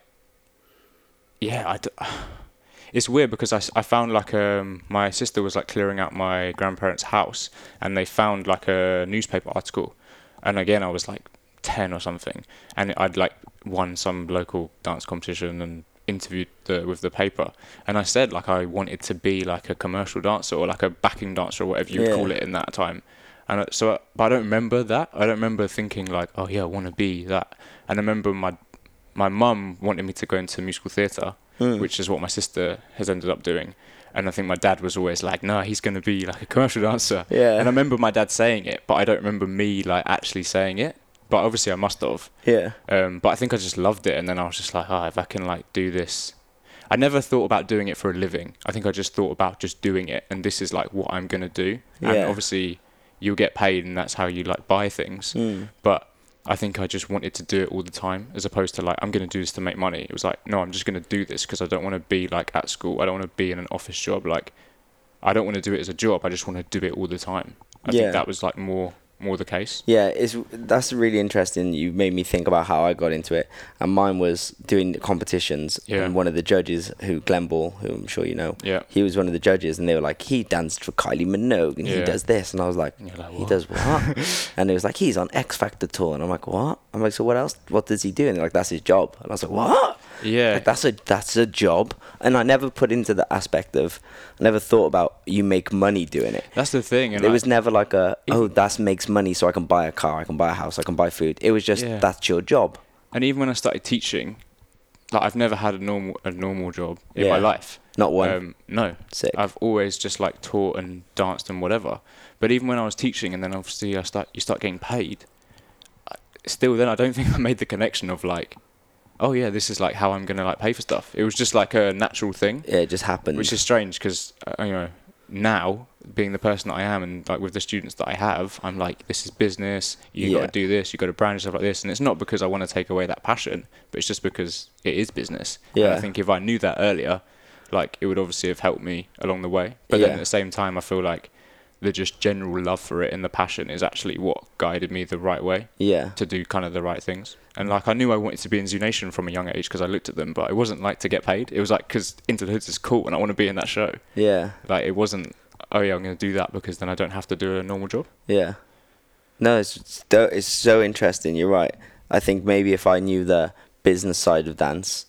yeah, I. D- it's weird because I, s- I found like um my sister was like clearing out my grandparents' house and they found like a newspaper article, and again I was like ten or something, and I'd like won some local dance competition and interviewed the, with the paper, and I said like I wanted to be like a commercial dancer or like a backing dancer or whatever you
Yeah.
would call it in that time. And I- so, I- but I don't remember that. I don't remember thinking like, oh yeah, I want to be that. And I remember my my mum wanted me to go into musical theatre, which is what my sister has ended up doing. And I think my dad was always like, no, he's going to be like a commercial dancer.
Yeah.
And I remember my dad saying it, but I don't remember me like actually saying it. But obviously I must have.
yeah.
Um, but I think I just loved it, and then I was just like, ah, if I can like do this. I never thought about doing it for a living. I think I just thought about just doing it, and this is like what I'm gonna do. And
Yeah.
obviously, you'll get paid, and that's how you like buy things.
Hmm.
But I think I just wanted to do it all the time, as opposed to like I'm gonna do this to make money. It was like, no, I'm just gonna do this because I don't want to be like at school. I don't want to be in an office job. Like, I don't want to do it as a job. I just want to do it all the time. I
Yeah.
think that was like more more the case.
Yeah, it's that's really interesting. You made me think about how I got into it, and mine was doing competitions.
Yeah.
And one of the judges, who Glenn Ball, who I'm sure you know,
Yeah.
he was one of the judges, and they were like, he danced for Kylie Minogue, and he
Yeah.
does this, and I was like,
And you're like,
he
"What?"
does what? and it was like, he's on X Factor tour, and I'm like, what? I'm like, so what else? What does he do? And they're like, that's his job, and I was like, what?
Yeah.
Like, that's a that's a job, and I never put into the aspect of, I never thought about you make money doing it.
That's the thing. And
It
like-
was never like a
Even-
oh that makes money so I can buy a car, I can buy a house, I can buy food. It was just
Yeah.
that's your job.
and even when I started teaching, like I've never had a normal a normal job in
Yeah.
my life.
Not one.
Um, no.
Sick.
I've always just like taught and danced and whatever. But even when I was teaching, and then obviously I start you start getting paid. I- Still, then I don't think I made the connection of like, oh yeah, this is like how I'm gonna like pay for stuff. It was just like a natural thing,
Yeah, it just happened.
which is strange because you know now being the person that I am and like with the students that I have, I'm like this is business. You
Yeah.
got to do this. You got to brand yourself like this. And it's not because I want to take away that passion, but it's just because it is business. And
Yeah.
I think if I knew that earlier, like it would obviously have helped me along the way. But
Yeah.
then at the same time, I feel like the just general love for it and the passion is actually what guided me the right way
yeah.
to do kind of the right things. And
Mm.
like I knew I wanted to be in Zoo Nation from a young age because I looked at them, but it wasn't like to get paid. It was like because Into the Hoods is cool and I want to be in that show.
Yeah.
Like it wasn't. Oh yeah, I'm going to do that because then I don't have to do a normal job.
Yeah. No, it's it's, do- it's so interesting. You're right. I think maybe if I knew the business side of dance,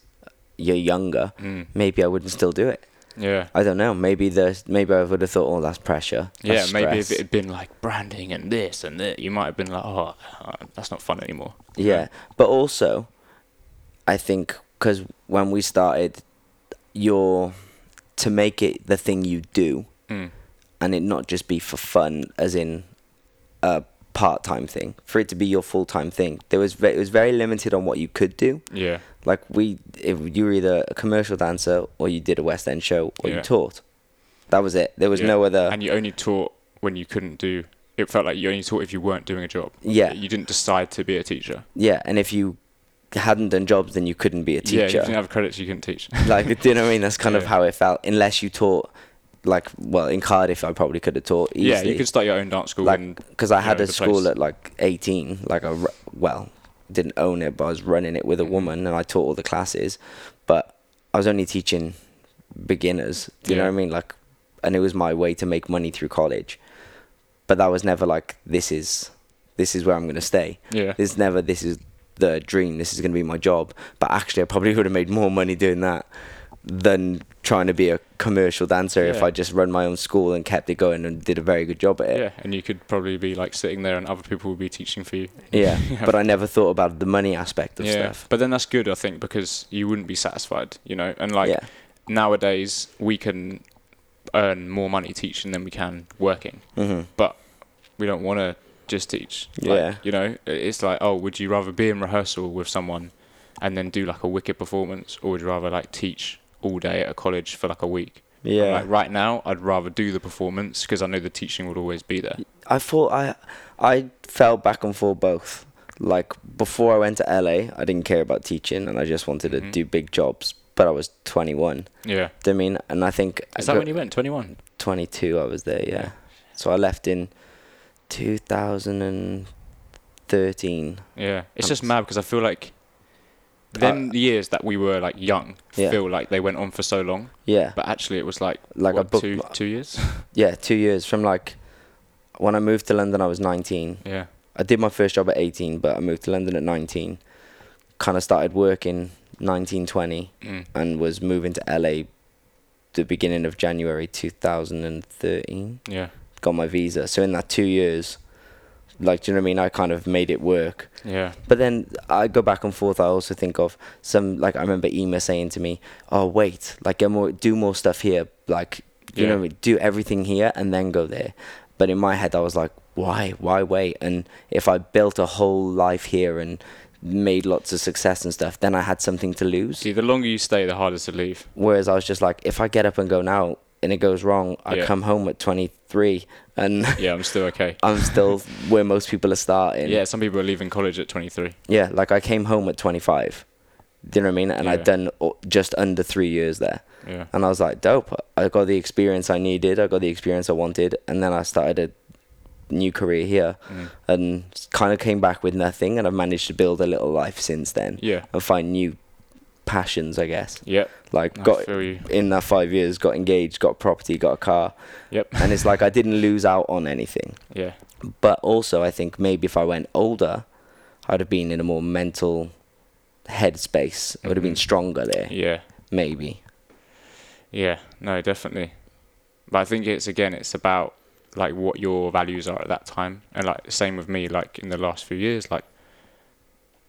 you're younger,
Mm.
maybe I wouldn't still do it.
Yeah.
I don't know. Maybe the maybe I would have thought, oh, that's pressure.
Yeah,
that's
maybe if
stress."
it had been like branding and this and that, you might have been like, oh, uh, that's not fun anymore.
Yeah, but also, I think because when we started, your to make it the thing you do,
Mm.
and it not just be for fun, as in a part-time thing. For it to be your full-time thing, there was ve- it was very limited on what you could do.
Yeah.
Like we, if you were either a commercial dancer or you did a West End show or you
Yeah.
taught. That was it. There was
Yeah.
no other.
And you only taught when you couldn't do. It felt like you only taught if you weren't doing a job.
Yeah.
You didn't decide to be a teacher.
yeah, and if you hadn't done jobs, then you couldn't be a
Yeah. If you
teacher.
didn't have credits, you couldn't teach.
like do you know what I mean? That's kind of
Yeah.
how it felt. Unless you taught like well in Cardiff I probably could have taught easily.
Yeah, you could start your own dance school. and
like because I had
know,
a
the
school
place.
at like 18 like I ru- well didn't own it but I was running it with
Mm-hmm.
a woman and I taught all the classes but I was only teaching beginners do you know
Yeah.
what I mean like and it was my way to make money through college but that was never like this is this is where I'm going to stay
yeah,
there's never this is the dream this is going to be my job but actually I probably would have made more money doing that than trying to be a commercial dancer if
Yeah.
I just run my own school and kept it going and did a very good job at it
yeah, and you could probably be like sitting there, and other people would be teaching for you.
Yeah,
Yeah.
but I never thought about the money aspect of stuff.
but then that's good, I think, because you wouldn't be satisfied, you know. And like
yeah,
nowadays, we can earn more money teaching than we can working,
hmm
but we don't want to just teach. Like,
Yeah.
you know, i- it's like, oh, would you rather be in rehearsal with someone and then do like a wicked performance, or would you rather like teach all day at a college for like a week?
yeah.
Like right now, I'd rather do the performance because I know the teaching would always be there.
I thought I, I fell back and forth both. Like before I went to LA, I didn't care about teaching and I just wanted to
Mhm.
do big jobs. But I was 21.
Yeah.
Do you know what I mean? And I think
Is
I
that
got-
when you went? 21?
22. I was there. Yeah.
Yeah.
So I left in 2013.
Yeah, it's
Um,
just mad because I feel like them years that we were like young
Yeah.
feel like they went on for so long,
Yeah.
but actually it was like
Like I
what,
booked.
two
my-
two years.
yeah, two years from like when I moved to London. I was 19.
yeah,
I did my first job at 18, but I moved to London at 19. Kind of started working 19, 20,
mm.
and was moving to LA the beginning of January 2013.
yeah,
Got my visa. So in that two years, like, do you know what I mean? I kind of made it work.
yeah,
But then I go back and forth. I also think of some, like, I remember Ema saying to me, oh, wait, like, get more, do more stuff here. Like, do you know
Yeah.
what I mean? Do everything here and then go there. But in my head, I was like, why? Why wait? And if I built a whole life here and made lots of success and stuff, then I had something to lose.
See, the longer you stay, the harder to leave.
Whereas I was just like, if I get up and go now and it goes wrong, I
Yeah.
come home at 23 and
Yeah, I'm still okay.
I'm still where most people are starting.
yeah, some people are leaving college at 23.
Yeah, like I came home at 25. Do you know what I mean? And I'd
Yeah.
done o- just under three years there.
Yeah,
And I was like, dope. I got the experience I needed. I got the experience I wanted. And then I started a new career here
mm.
and kind of came back with nothing. And I've managed to build a little life since then
yeah,
and find new passions, I guess.
yep.
Like,
I
got
feel you.
in that five years, got engaged, got property, got a car.
Yep.
And it's like I didn't lose out on anything
Yeah,
but also I think maybe if I went older, I'd have been in a more mental headspace. I would have been
Mhm.
stronger there,
yeah,
maybe.
yeah. No, definitely. But I think it's again, it's about like what your values are at that time, and like same with me. Like in the last few years, like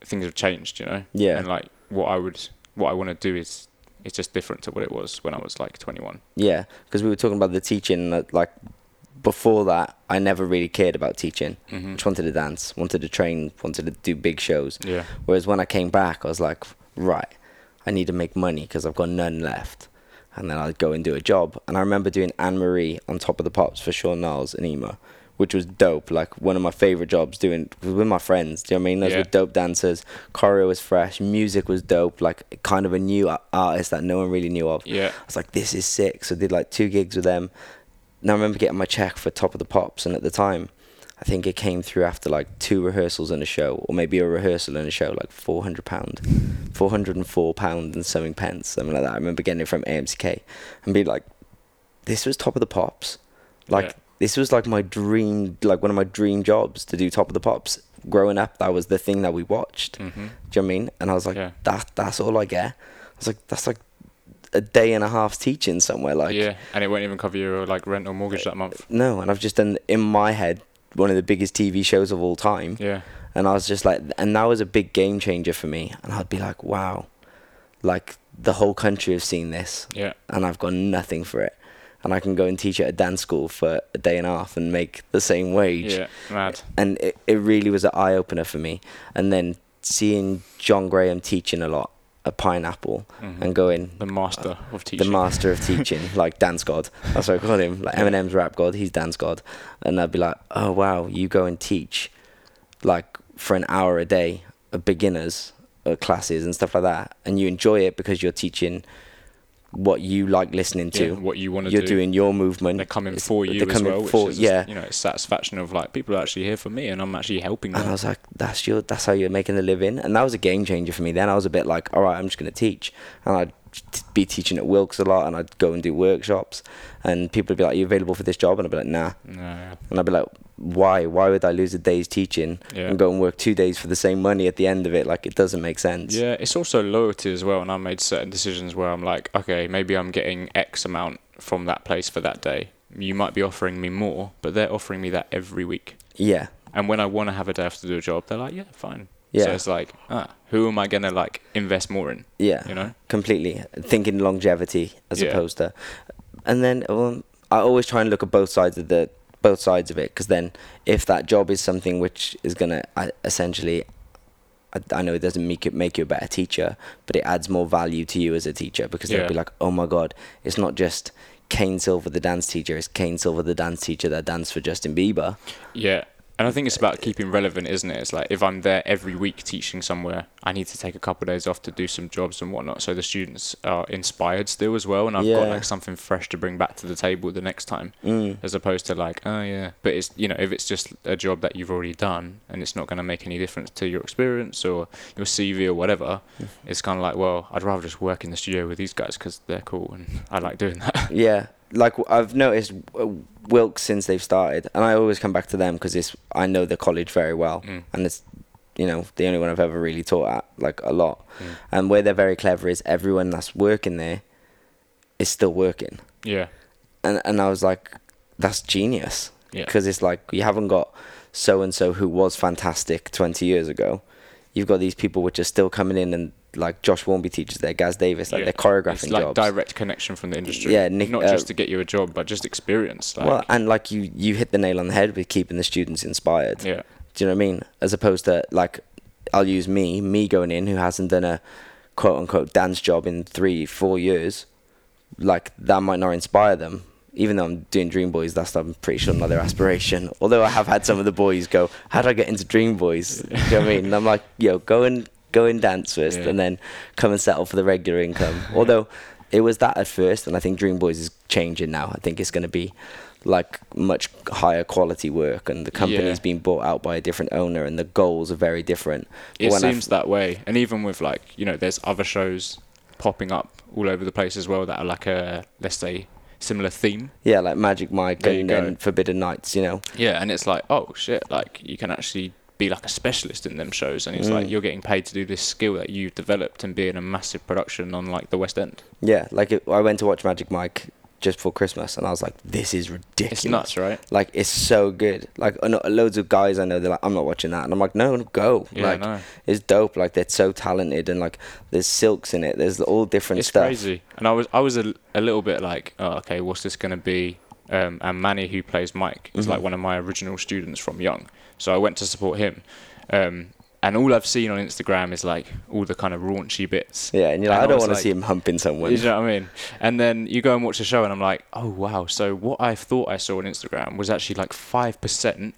things have changed, you know.
Yeah.
And like what I would, what I want to do is, is just different to what it was when I was like 21.
Yeah, because we were talking about the teaching. uh, Like before that, I never really cared about teaching.
Mm-hmm.
Just wanted to dance, wanted to train, wanted to do big shows.
Yeah.
Whereas when I came back, I was like, right, I need to make money because I've got none left. And then I'd go and do a job. And I remember doing Anne Marie on Top of the Pops for Sean Niles and Ema, which was dope. Like one of my favorite jobs doing with my friends. Do you know what I mean? Those
Yeah.
were dope dancers. Choreo was fresh. Music was dope. Like kind of a new a- artist that no one really knew of.
Yeah.
I was like, this is sick. So I did like two gigs with them. And I remember getting my check for Top of the Pops. And at the time, I think it came through after like two rehearsals and a show, or maybe a rehearsal and a show, like £400, £404 and something pence, something like that. I remember getting it from AMCK and being like, this was Top of the Pops. Like,
Yeah.
this was like my dream, like one of my dream jobs to do Top of the Pops. Growing up, that was the thing that we watched.
Mm-hmm.
Do you know what I mean? And I was like,
Yeah.
that that's all I get. I was like, that's like a day and a half's teaching somewhere. Like,
yeah. And it won't even cover your like rent or mortgage that month.
no. And I've just done in my head one of the biggest TV shows of all time.
Yeah.
And I was just like, and that was a big game changer for me. And I'd be like, wow, like the whole country has seen this,
Yeah.
and I've got nothing for it. And I can go and teach at a dance school for a day and a half and make the same wage
Yeah. Mad.
and it, it really was an eye opener for me. And then seeing John Graham teaching a lot at Pineapple
Mhm.
and going,
The master of
the
teaching.
master of teaching, like dance god. That's what I call him. Like Eminem's rap god, he's dance god. And I'd be like, oh wow, you go and teach like for an hour a day of beginners uh, classes and stuff like that, and you enjoy it because you're teaching what you like listening to.
yeah, what you want to
You're
do.
doing your movement.
They're coming
It's-
for you
they're
as
coming
well, which
for-
is
yeah.
you know, it's satisfaction of like people are actually here for me and I'm actually helping
And I
them.
was like, that's your, that's how you're making a living. And that was a game changer for me. Then I was a bit like, all right, I'm just going to teach. And I'd t- be teaching at Wilkes a lot and I'd go and do workshops. And people would be like, are you available for this job? And I'd be like, nah.
No,
And I'd be like, why? Why would I lose a day's teaching
Yeah.
and go and work two days for the same money at the end of it? Like, it doesn't make sense.
Yeah, it's also loyalty as well. And I made certain decisions where I'm like, okay, maybe I'm getting X amount from that place for that day. You might be offering me more, but they're offering me that every week.
Yeah.
And when I want to have a day off to do a job, they're like, yeah, fine.
Yeah.
So it's like, ah, who am I gonna like invest more in?
Yeah.
You know?
Completely. Thinking longevity as
Yeah.
opposed to. And then um, I always try and look at both sides of the both sides of it because then if that job is something which is going to essentially I, I know it doesn't make it make you a better teacher but it adds more value to you as a teacher because they'll
Yeah.
be like oh my god it's not just Kane Silver the dance teacher it's Kane Silver the dance teacher that danced for Justin Bieber
Yeah. And I think it's about keeping relevant, isn't it? It's like if I'm there every week teaching somewhere, I need to take a couple of days off to do some jobs and whatnot, so the students are inspired still as well, and I've got
Yeah.
like something fresh to bring back to the table the next time,
Mm.
as opposed to like, oh yeah. But it's you know, if it's just a job that you've already done and it's not going to make any difference to your experience or your CV or whatever,
Mm.
it's kind of like, well, I'd rather just work in the studio with these guys because they're cool and I like doing that.
Yeah, like I've noticed uh, Wilkes since they've started, and I always come back to them because it's I know the college very well,
Mm.
and it's you know the only one I've ever really taught at like a lot.
Mm.
And where they're very clever is everyone that's working there is still working,
yeah,
and and I was like, that's genius
yeah,
because it's like you haven't got so and so who was fantastic 20 years ago. You've got these people which are still coming in and like Josh Warmby teaches there, Gaz Davis, like
Yeah.
they're choreographing
it's like
jobs.
direct connection from the industry.
Yeah, Nick-
not
uh,
just to get you a job, but just experience. Like,
well, and like you, you hit the nail on the head with keeping the students inspired.
yeah,
Do you know what I mean? As opposed to like, I'll use me, me going in who hasn't done a quote unquote dance job in three, four years. Like that might not inspire them. Even though I'm doing Dream Boys, that's I'm pretty sure not their aspiration. Although I have had some of the boys go, "How did I get into Dream Boys?" Do you know what I mean? And I'm like, "Yo, go and go and dance first,
Yeah.
and then come and settle for the regular income." Although it was that at first, and I think Dream Boys is changing now. I think it's going to be like much higher quality work, and the company's
Yeah.
been bought out by a different owner, and the goals are very different. But
it
when I
seems
f-
that way. And even with like, you know, there's other shows popping up all over the place as well that are like a let's say similar theme.
yeah, like Magic Mike
There you
and,
go.
and Forbidden Nights, you know.
Yeah, and it's like, oh shit, like you can actually be like a specialist in them shows and it's like
Mm.
you're getting paid to do this skill that you've developed and be in a massive production on like the West End.
Yeah, like it, I went to watch Magic Mike just before Christmas, and I was like, "This is ridiculous."
It's nuts, right?
Like it's so good. Like I know, loads of guys I know, they're like, "I'm not watching that," and I'm like, "No, no, go!"
Yeah,
like
no.
it's dope. Like they're so talented, and like there's silks in it. There's all different
it's
stuff.
crazy. And I was I was a, a little bit like, oh, okay, what's this going to be? Um, and Manny, who plays Mike, is
Mm-hmm.
like one of my original students from Young. So I went to support him. Um, and all I've seen on Instagram is like all the kind of raunchy bits.
Yeah, and you're like,
And
"I don't
was
want to
like-
see him humping someone."
You know what I mean? And then you go and watch the show, and I'm like, oh wow. So what I thought I saw on Instagram was actually like five percent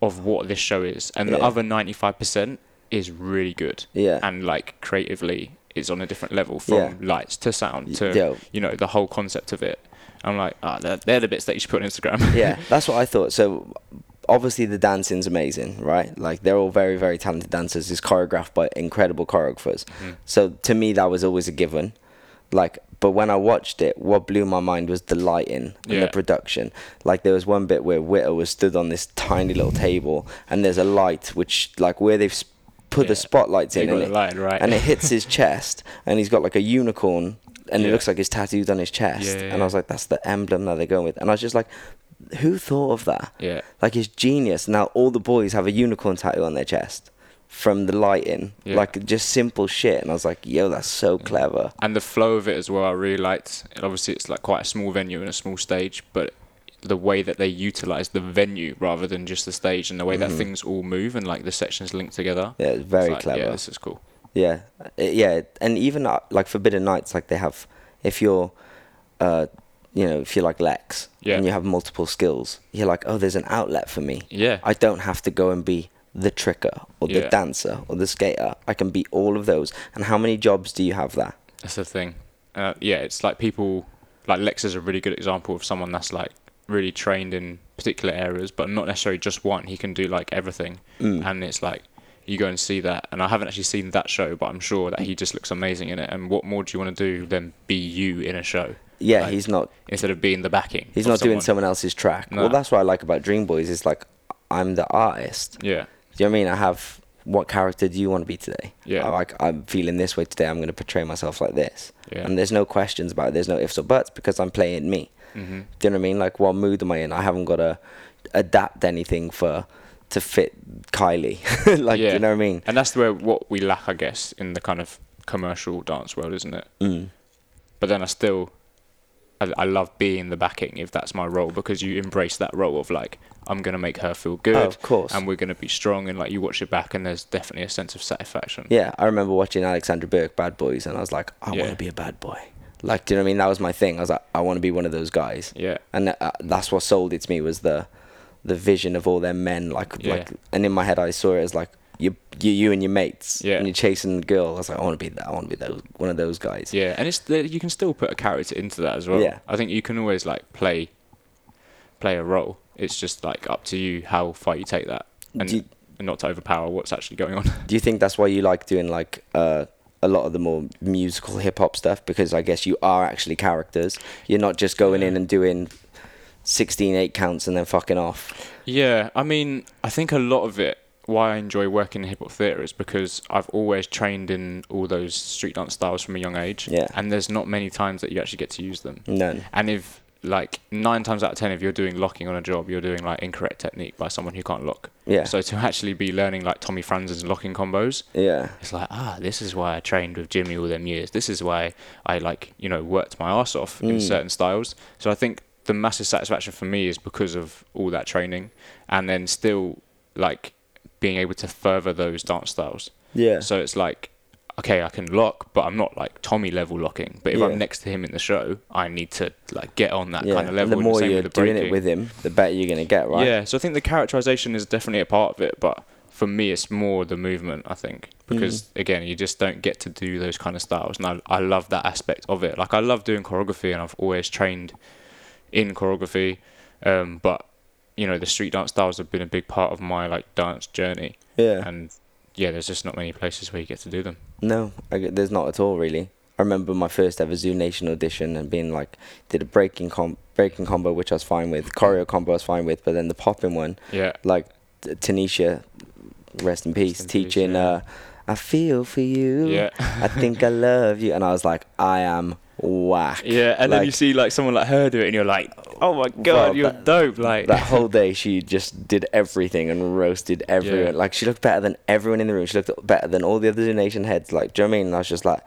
of what this show is, and the
Yeah.
other ninety five percent is really good.
Yeah.
And like creatively, it's on a different level from
Yeah.
lights to sound to
Yo.
you know the whole concept of it. I'm like, ah, they're, they're the bits that you should put on Instagram.
yeah, that's what I thought. So obviously the dancing's amazing, right? Like they're all very, very talented dancers. It's choreographed by incredible choreographers.
Mm-hmm.
So to me, that was always a given. Like, but when I watched it, what blew my mind was the lighting and
Yeah.
the production. Like there was one bit where Witter was stood on this tiny little table, and there's a light which, like, where they've s- put the
Yeah.
spotlights
They
in,
got
and
the
it-
light right.
and it hits his chest, and he's got like a unicorn, and it
Yeah.
looks like it's tattooed on his chest.
Yeah, yeah,
And I was
yeah.
like, that's the emblem that they're going with. And I was just like, who thought of that?
yeah.
Like, it's genius. Now all the boys have a unicorn tattoo on their chest from the lighting,
Yeah.
like just simple shit. And I was like, yo, that's so clever.
and the flow of it as well. I really liked. And obviously, it's like quite a small venue and a small stage, but the way that they utilize the venue rather than just the stage, and the way that things all move and like the sections link together.
Mm-hmm. Yeah, it's
It's
very
like,
clever.
Yeah, this is cool.
Yeah, Uh, yeah, and even uh, like Forbidden Nights, like they have, if you're, uh, you know, if you're like Lex
Yeah.
and you have multiple skills, you're like, oh, there's an outlet for me.
Yeah.
I don't have to go and be the tricker or the
Yeah.
dancer or the skater. I can be all of those. And how many jobs do you have that?
That's the thing. Uh, yeah, it's like people like Lex is a really good example of someone that's like really trained in particular areas, but not necessarily just one. He can do like everything,
Mm.
and it's like you go and see that. And I haven't actually seen that show, but I'm sure that he just looks amazing in it. And what more do you want to do than be you in a show?
Yeah,
Like,
he's not
instead of being the backing.
he's
of
not doing
someone.
someone else's track.
No.
Well, that's what I like about Dream Boys. It's like I'm the artist. Do
Yeah,
you know what I mean? I have what character do you want to be today?
Yeah.
I like I'm feeling this way today. I'm going to portray myself like this.
Yeah.
And there's no questions about it. There's no ifs or buts because I'm playing me. Mm-hmm. Do you know what I mean? Like what mood am I in? I haven't got to adapt anything for to fit Kylie. like do
Yeah.
you know what I mean?
and that's where what we lack, I guess, in the kind of commercial dance world, isn't it?
Mm.
But then I still, I, I love being the backing if that's my role because you embrace that role of like I'm gonna make her feel good,
Oh, of course.
and we're gonna be strong, and like you watch it back, and there's definitely a sense of satisfaction.
Yeah, I remember watching Alexandra Burke Bad Boys, and I was like, I want
Yeah.
to be a bad boy. Like, do you know what I mean? That was my thing. I was like, I want to be one of those guys.
Yeah.
And uh, that's what sold it to me was the the vision of all their men. Like,
Yeah.
like, and in my head, I saw it as like you, you, you and your mates,
Yeah.
and you're chasing the girl. I was like, I want to be that. I want to be those, one of those guys.
Yeah, and it's the, you can still put a character into that as well.
Yeah.
I think you can always like play play a role. It's just like up to you how far you take that and,
Do you-
and not to overpower what's actually going on.
Do you think that's why you like doing like uh, a lot of the more musical hip hop stuff? Because I guess you are actually characters. You're not just going in and doing 16 eight counts and then fucking off.
yeah, I mean, I think a lot of it why I enjoy working in hip hop theatre is because I've always trained in all those street dance styles from a young age.
Yeah. Mm.
And there's not many times that you actually get to use them.
None.
And if like nine times out of ten, if you're doing locking on a job, you're doing like incorrect technique by someone who can't lock.
Yeah.
So to actually be learning like Tommy Franz's locking combos,
Yeah.
it's like ah, this is why I trained with Jimmy all them years. This is why I like you know worked my ass off
Mm.
in certain styles. So I think the massive satisfaction for me is because of all that training, and then still like being able to further those dance styles.
Yeah.
So it's like, okay, I can lock, but I'm not like Tommy level locking. But if
Yeah.
I'm next to him in the show, I need to like get on that
yeah.
kind
And
of level.
the
and
more
same
you're
with the
doing it
breaking.
with him, the better you're gonna get, right?
Yeah, so I think the characterization is definitely a part of it, but for me, it's more the movement. I think because
Mm.
again, you just don't get to do those kind of styles, and I I love that aspect of it. Like I love doing choreography, and I've always trained in choreography, um, but you know the street dance styles have been a big part of my like dance journey,
Yeah.
and yeah, there's just not many places where you get to do them.
No, I g there's not at all really. I remember my first ever Zoo Nation audition and being like, did a breaking com- breaking combo which I was fine with, choreo combo I was fine with, but then the popping one,
Yeah,
like T- Tanisha, rest in peace,
in peace,
teaching.
yeah.
uh, I feel for you.
Yeah.
I think I love you, and I was like, I am whack.
yeah, and then you
Like,
see like someone like her do it, and you're like, oh my god,
Well,
you're
that-
dope, like
that whole day she just did everything and roasted everyone.
Yeah.
Like she looked better than everyone in the room. She looked better than all the other donation heads. Like, do you know what I mean? And I was just like,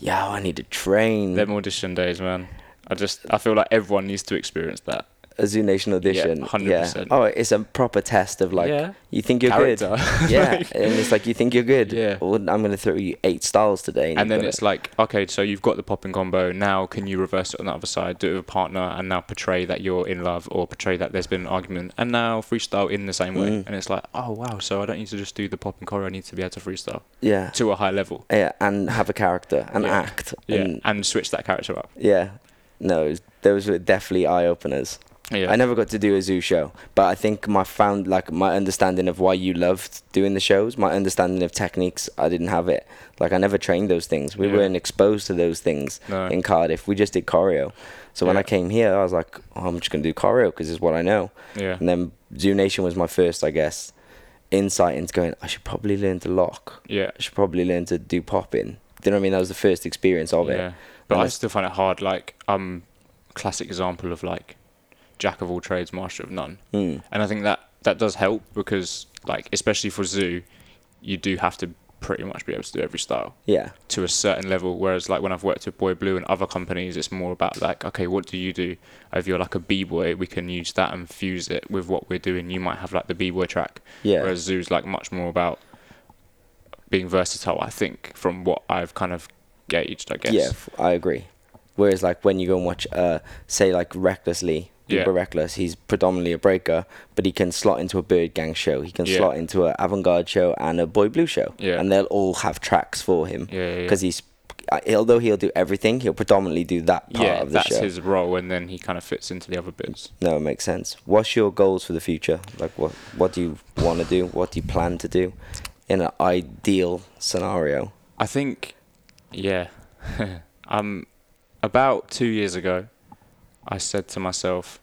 yo, I need to train
Them audition days, man. I just I feel like everyone needs to experience that.
a Zoo Nation audition.
100%.
Oh, it's a proper test of like
Yeah.
you think you're
Character.
good. yeah.
Like-
and it's like you think you're good.
Yeah.
Well, I'm gonna throw you eight styles today.
And
you've
then
got
it's
it.
like, okay, so you've got the popping combo. Now, can you reverse it on the other side? Do it with a partner, and now portray that you're in love, or portray that there's been an argument, and now freestyle in the same way. And it's like, oh wow, so I don't need to just do the popping choreo. I need to be able to freestyle
Yeah.
to a high level.
yeah, and have a character and
Yeah.
act.
Yeah, and,
And
switch that character up.
yeah. No, it was- those were definitely eye openers.
Yeah,
I never got to do a zoo show, but I think my found like my understanding of why you loved doing the shows, my understanding of techniques, I didn't have it. Like I never trained those things. We
Yeah.
weren't exposed to those things
No.
in Cardiff. We just did choreo. So when I
Yeah.
came here, I was like, oh, I'm just gonna do choreo because it's what I know.
Yeah.
And then Zoo Nation was my first, I guess, insight into going. I should probably learn to lock.
yeah,
I should probably learn to do popping. Do you know what I mean? That was the first experience of
yeah.
it.
But I
Unless-
still find it hard. Like, um, classic example of like, jack of all trades, master of none.
Mm.
and I think that that does help because like especially for zoo, you do have to pretty much be able to do every style
Yeah.
to a certain level. Whereas like when I've worked with Boy Blue and other companies, it's more about like okay, what do you do? If you're like a b boy, we can use that and fuse it with what we're doing. You might have like the b boy track,
Yeah.
whereas zoo's like much more about being versatile. I think from what I've kind of gauged, I guess.
Yeah, f- I agree. Whereas, like, when you go and watch, uh, say, like, Recklessly,
Yeah.
Uber Reckless, he's predominantly a breaker, but he can slot into a Bird Gang show, he can
Yeah.
slot into a avant garde show and a Boy Blue show.
Yeah.
And they'll all have tracks for him
Yeah, yeah, yeah.
because he's I- although he'll do everything, he'll predominantly do that part
yeah,
of the
that's
show.
his role, and then he kind of fits into the other bits.
No, it makes sense. What's your goals for the future? Like, what what do you want to do? What do you plan to do? In an ideal scenario,
I think, yeah, um, about two years ago, I said to myself,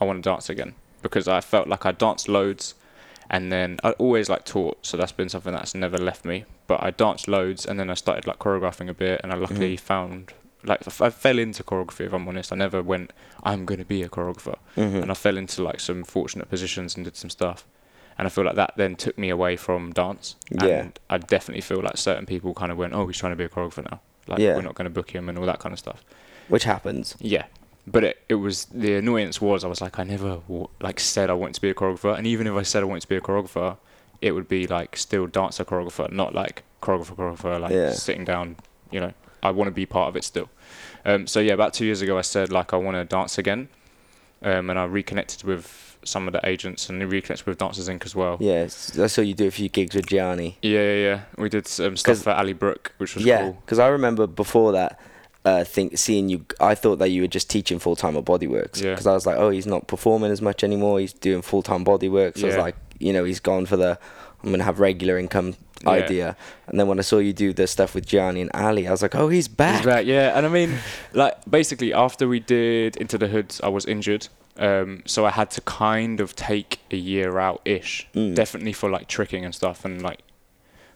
I want to dance again because I felt like I danced loads, and then I always like taught, so that's been something that's never left me. But I danced loads, and then I started like choreographing a bit, and I luckily found like I f- I fell into choreography. If I'm honest, I never went, I'm going to be a choreographer, and I fell into like some fortunate positions and did some stuff. And I feel like that then took me away from dance. And
Yeah.
I definitely feel like certain people kind of went, "Oh, he's trying to be a choreographer now. Like
Yeah.
we're not going to book him and all that kind of stuff."
which happens.
Yeah, but it, it was the annoyance was I was like I never w- like said I wanted to be a choreographer, and even if I said I wanted to be a choreographer, it would be like still dancer choreographer, not like choreographer choreographer, like
Yeah.
sitting down. You know, I want to be part of it still. Um, so yeah, about two years ago, I said like I want to dance again, um, and I reconnected with some of the agents and reconnected with Dancers Inc as well.
Yeah, s- I saw you do a few gigs with Gianni.
Yeah, yeah, yeah. We did some
'Cause-
stuff for Ali Brook, which was
Yeah,
cool.
because I remember before that, uh, think seeing you. I thought that you were just teaching full time at Bodyworks.
Yeah.
Because I was like, oh, he's not performing as much anymore. He's doing full time Bodyworks. I was
Yeah.
like, you know, he's gone for the I'm gonna have regular income
Yeah.
idea. And then when I saw you do the stuff with Gianni and Ali, I was like, oh, he's back.
He's back, yeah. And I mean, like, basically, after we did Into the Hoods, I was injured. Um, so I had to kind of take a year out ish,
Mm.
definitely for like tricking and stuff. And like,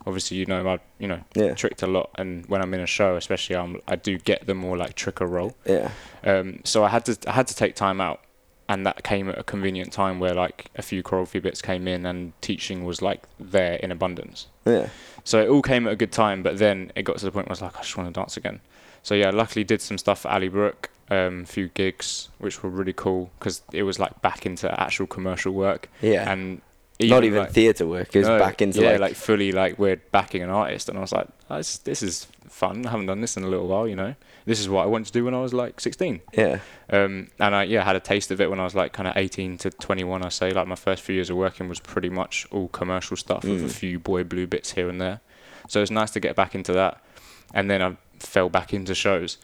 obviously, you know, I, you know,
Yeah.
tricked a lot. And when I'm in a show, especially, I'm, I do get the more like tricker role.
Yeah.
Um, so I had to I had to take time out, and that came at a convenient time where like a few choreography bits came in, and teaching was like there in abundance.
Yeah.
So it all came at a good time, but then it got to the point where I was like, I just want to dance again. So yeah, luckily did some stuff for Ali Brook, um, a few gigs, which were really cool because it was like back into actual commercial work.
Yeah.
And
not even
like-
theatre work. It was
no,
back into
yeah,
like,
fully like we're backing an artist, and I was like, "Oh, this, this is fun. I haven't done this in a little while, you know. This is what I wanted to do when I was like 16.
yeah,
Um, and I yeah had a taste of it when I was like kind of 18 to 21. I say like my first few years of working was pretty much all commercial stuff with a few boy blue bits here and there. So it's nice to get back into that. And then I fell back into shows.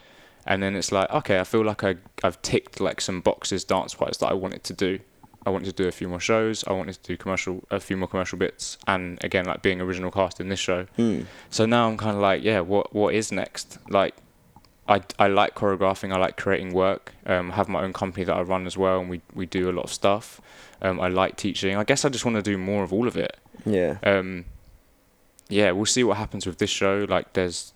And then it's like okay, I feel like I I've ticked like some boxes dance wise that I wanted to do. I wanted to do a few more shows. I wanted to do commercial a few more commercial bits. And again like being original cast in this show. So now I'm kind of like yeah, what what is next? Like I, I like choreographing. I like creating work. Um, I have my own company that I run as well, and we, we do a lot of stuff. Um, I like teaching. I guess I just want to do more of all of it.
yeah,
Um, yeah, we'll see what happens with this show. Like, there's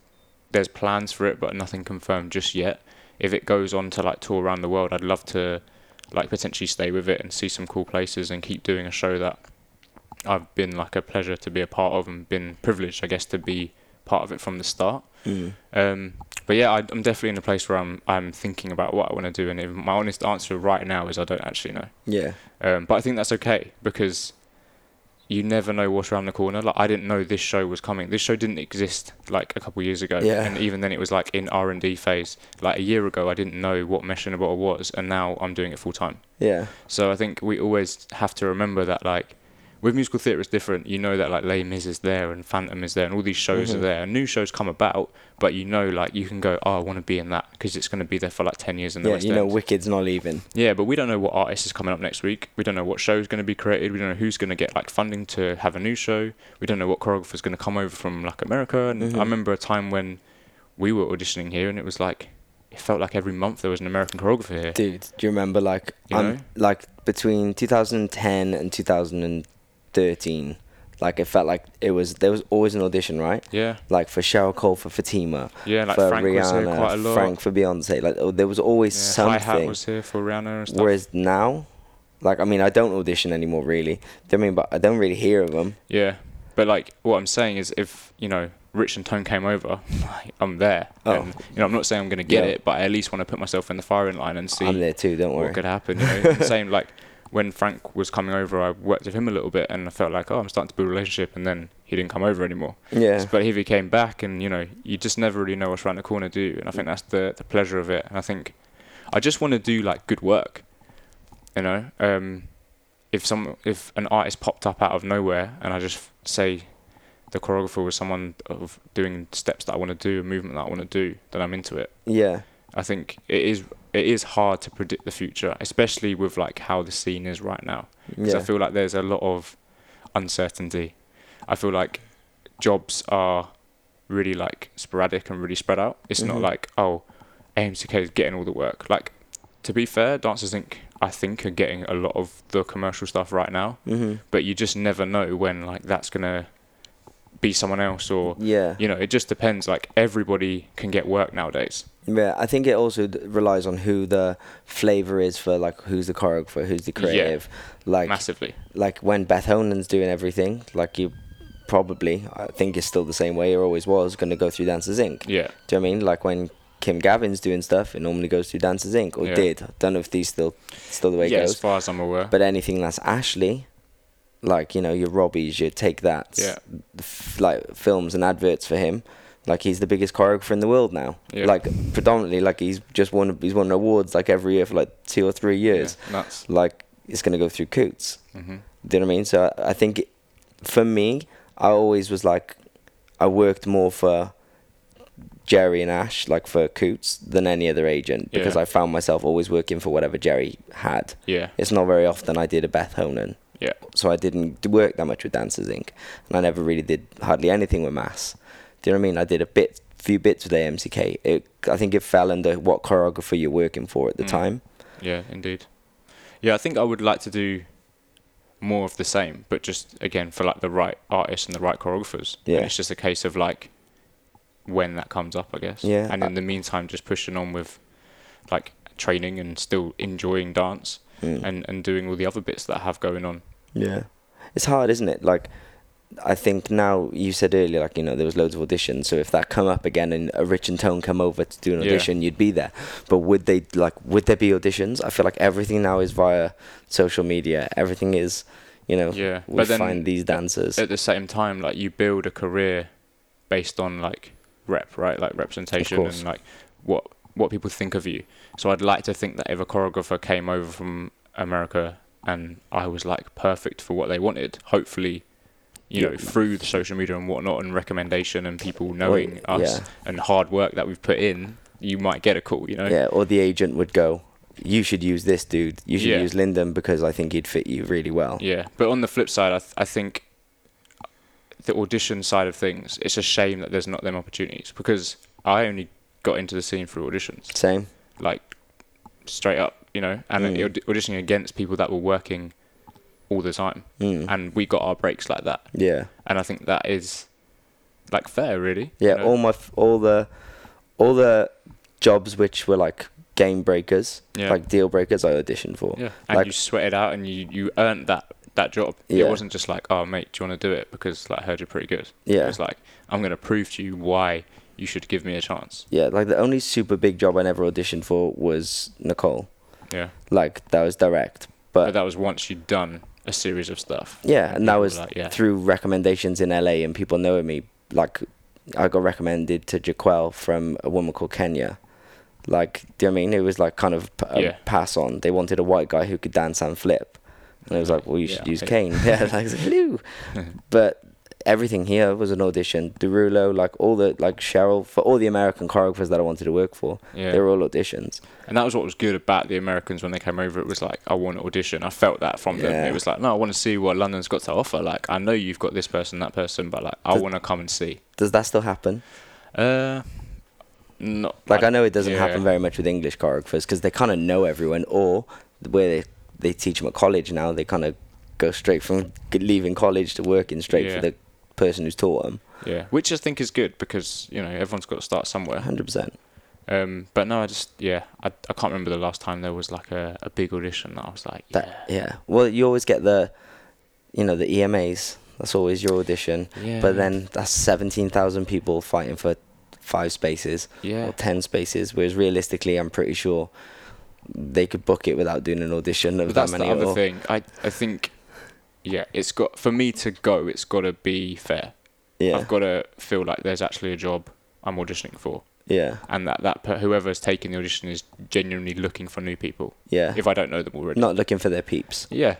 there's plans for it, but nothing confirmed just yet. If it goes on to like tour around the world, I'd love to like potentially stay with it and see some cool places and keep doing a show that I've been like a pleasure to be a part of and been privileged, I guess, to be part of it from the start.
mm,
Um, but yeah, I, I'm definitely in a place where I'm I'm thinking about what I want to do, and if my honest answer right now is I don't actually know.
yeah,
Um, but I think that's okay because you never know what's around the corner. Like I didn't know this show was coming. This show didn't exist like a couple years ago,
Yeah.
and even then it was like in R and D phase. Like a year ago, I didn't know what Mesh and Bottle was, and now I'm doing it full time.
yeah,
So I think we always have to remember that like. With musical theatre, it's different. You know that like Les Mis is there and Phantom is there, and all these shows
Mm-hmm.
are there. And new shows come about, but you know like you can go, oh, I want to be in that because it's going to be there for like ten years in the
yeah.
West
You know,
End.
Wicked's not leaving.
Yeah, but we don't know what artist is coming up next week. We don't know what show is going to be created. We don't know who's going to get like funding to have a new show. We don't know what choreographer is going to come over from like America. And
Mm-hmm.
I remember a time when we were auditioning here, and it was like it felt like every month there was an American choreographer here.
Dude, do you remember like
You
I'm-
know?
like between 2010 and 2013, like it felt like it was there was always an audition, right?
Yeah,
Like for Cheryl Cole, for Fatima,
yeah, like
for
Frank was
Rihanna,
here quite a lot.
Frank for Beyonce. Like oh, there was always
yeah, Hi Hat
something.
was here for Rihanna and stuff.
Whereas now, like I mean, I don't audition anymore really. Do you know what I mean? But I don't really hear of them.
Yeah, but like what I'm saying is, if you know Rich and Tone came over, like, I'm there.
Oh.
And, you know, I'm not saying I'm going to get
Yeah.
it, but I at least want to put myself in the firing line and see.
I'm there too. Don't worry.
what could happen. You know, And same like when Frank was coming over, I worked with him a little bit, and I felt like, oh, I'm starting to build a relationship, and then he didn't come over anymore.
Yeah.
But if he came back, and you know, you just never really know what's around the corner, do you? And I think that's the the pleasure of it. And I think I just want to do like good work. You know, um, if some if an artist popped up out of nowhere, and I just say the choreographer was someone of doing steps that I want to do, a movement that I want to do, then I'm into it.
Yeah.
I think it is it is hard to predict the future, especially with like how the scene is right now. Because
Yeah.
I feel like there's a lot of uncertainty. I feel like jobs are really like sporadic and really spread out. It's not
Mhm.
like oh, AMCK is getting all the work. Like to be fair, dancers think I think are getting a lot of the commercial stuff right now,
hmm
but you just never know when like that's gonna be someone else or
Yeah.
you know it just depends. Like everybody can get work nowadays.
Yeah, I think it also d- relies on who the flavor is for like who's the choreographer, who's the
Yeah.
creative. Like
massively.
like when Beth Honan's doing everything, like you probably I think it's still the same way or always was going to go through Dancers Inc.
Yeah.
Do you know what I mean like when Kim Gavin's doing stuff, it normally goes through Dancers Inc. or
Yeah.
did. I don't know if these still still the way
yeah,
it
as
goes.
far as I'm aware.
But anything that's Ashley, like you know your Robbie's, your Take That,
Yeah.
f- like films and adverts for him. Like he's the biggest choreographer in the world now.
Yeah.
Like predominantly, like he's just won he's won awards like every year for like two or three years.
Yeah, nuts.
Like it's gonna go through Coots.
hmm
Do you know what I mean? So I I think it- for me, I always was like, I worked more for Jerry and Ash, like for Coots, than any other agent because
Yeah.
I found myself always working for whatever Jerry had.
Yeah,
It's not very often I did a Beth Honan,
yeah,
so I didn't d- work that much with Dancers Inc. And I never really did hardly anything with Mass. Do you know what I mean? I did a bit, few bits with AMCK. It, I think it fell under what choreographer you're working for at the
Mm.
time.
yeah, indeed. Yeah, I think I would like to do more of the same, but just again for like the right artists and the right choreographers. And
Yeah.
it's just a case of like when that comes up, I guess.
Yeah,
And
I-
in the meantime, just pushing on with like training and still enjoying dance
Mm.
and and doing all the other bits that I have going on.
Yeah. It's hard, isn't it? Like, I think now you said earlier, like, you know, there was loads of auditions. So if that come up again and a Rich and Tone come over to do an
Yeah.
audition, you'd be there. But would they, like, would there be auditions? I feel like everything now is via social media. Everything is, you know,
Yeah,
we
but then
find these dancers.
At the same time, like you build a career based on like rep, right? Like representation
course.
and like what what people think of you. So I'd like to think that if a choreographer came over from America and I was like perfect for what they wanted, hopefully, you know,
Yeah.
through the social media and whatnot and recommendation and people knowing
Well,
us and hard work that we've put in, you might get a call, you know?
Yeah, or the agent would go, you should use this dude. You should
Yeah.
use Lyndon because I think he'd fit you really well.
Yeah, but on the flip side, I, th- I think the audition side of things, it's a shame that there's not them opportunities because I only got into the scene through auditions,
Same.
like straight up, you know, and
Mm.
aud- auditioning against people that were working all the time,
Mm.
and we got our breaks like that,
Yeah.
and I think that is like fair, really. you
Yeah,
know?
all my f- all the all the jobs which were like game breakers,
Yeah.
like deal breakers, I auditioned for.
yeah, and
like-
you sweated out and you you earned that that job.
Yeah.
It wasn't just like, oh mate, do you want to do it because like I heard you're pretty good.
Yeah.
It was like I'm gonna prove to you why you should give me a chance.
Yeah, like the only super big job I never auditioned for was Nicole.
Yeah.
Like that was direct, but,
But Oh, that was once you'd done a series of stuff.
yeah, and that
people
was
were like, yeah.
through recommendations in LA and people knowing me. Like I got recommended to Jaquel from a woman called Kenya. Like, do you know what I mean? It was like kind of p- a
Yeah.
pass on. They wanted a white guy who could dance and flip. And it was like, well, you should
Yeah,
use
okay.
Kane. Yeah, like, hello. but everything here was an audition. Derulo, like all the, like Cheryl, for all the American choreographers that I wanted to work for,
Yeah.
they were all auditions.
And that was what was good about the Americans when they came over. It was like, I want to audition. I felt that from them.
Yeah.
It was like, no, I want to see what London's got to offer. Like, I know you've got this person, that person, but like, I
Does-
want to come and see.
Does that still happen?
Uh, not
Like I know it doesn't
yeah.
happen very much with English choreographers because they kind of know everyone, or the way they they teach them at college now, they kind of go straight from g- leaving college to working straight
Yeah.
for the person who's taught them.
Yeah, which I think is good because you know everyone's got to start somewhere.
Hundred percent.
Um, but no, I just yeah, I, I can't remember the last time there was like a, a big audition that I was like, yeah,
That yeah. Well, you always get the, you know, the EMAs. That's always your audition.
yeah.
But then that's seventeen thousand people fighting for five spaces
yeah,
or ten spaces. Whereas realistically, I'm pretty sure they could book it without doing an audition of
But that's
that
the
many.
other
or-
thing. I I think, yeah, it's got for me to go. It's got to be fair.
Yeah.
I've got to feel like there's actually a job I'm auditioning for,
Yeah.
and that that per- whoever's taking the audition is genuinely looking for new people.
Yeah.
If I don't know them already,
Not looking for their peeps.
yeah,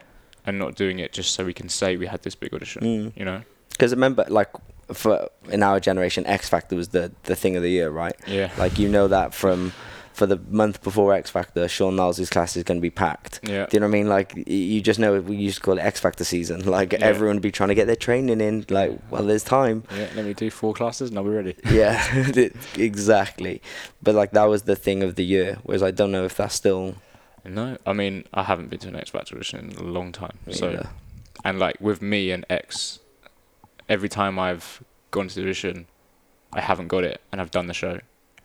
and not doing it just so we can say we had this big audition.
Mm.
You know,
Because remember, like for in our generation, X Factor was the the thing of the year, right?
Yeah.
Like you know that from for the month before X Factor, Sean Niles' class is going to be packed.
Yeah.
Do you know what I mean? Like y- you just know we used to call it X Factor season. Like everyone would be trying to get their training in. Like well, there's time.
Yeah, let me do four classes and I'll be ready.
yeah, exactly. But like that was the thing of the year. Whereas I don't know if that's still.
No, I mean I haven't been to an X Factor audition in a long time. So,
Yeah.
and like with me and X, every time I've gone to the audition, I haven't got it, and I've done the show.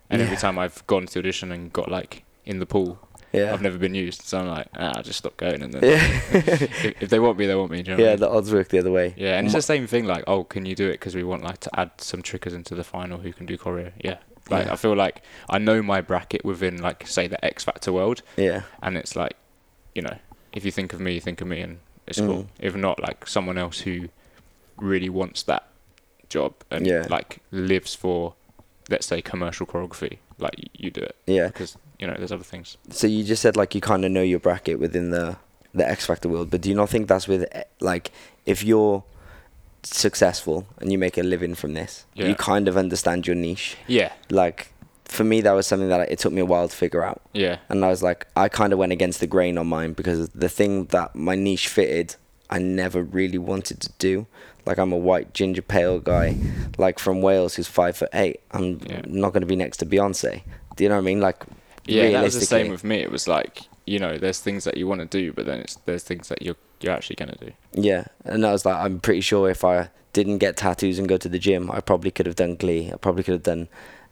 And every
Yeah.
time I've gone to the audition and got like in the pool,
Yeah.
I've never been used. So I'm like, ah, I just stop going. And then
yeah.
if, if they want me, they want me. Do you know what I
yeah,
mean?
the odds work the other way.
yeah, and it's the same thing. Like, oh, can you do it? Because we want like to add some trickers into the final. Who can do choreo? Yeah. Like
Yeah.
I feel like I know my bracket within like say the X Factor world,
Yeah.
and it's like, you know, if you think of me, you think of me, and it's
Mm.
cool. If not, like someone else who really wants that job and
Yeah.
like lives for, let's say, commercial choreography, like y- you do it
Yeah.
because you know there's other things.
So you just said like you kind of know your bracket within the the X Factor world, but do you not think that's with eh, like if you're successful and you make a living from this,
Yeah.
you kind of understand your niche.
Yeah,
Like for me, that was something that it took me a while to figure out.
yeah,
and I was like, I kind of went against the grain on mine because the thing that my niche fitted, I never really wanted to do. Like I'm a white ginger pale guy, like from Wales who's five foot eight. I'm
Yeah.
not going to be next to Beyonce. Do you know what I mean? Like,
yeah. That was the
realistically,
same with me. It was like you know there's things that you want to do, but then it's there's things that you're you're actually gonna do.
yeah. And I was like, I'm pretty sure if I didn't get tattoos and go to the gym, I probably could have done Glee. I probably could have done.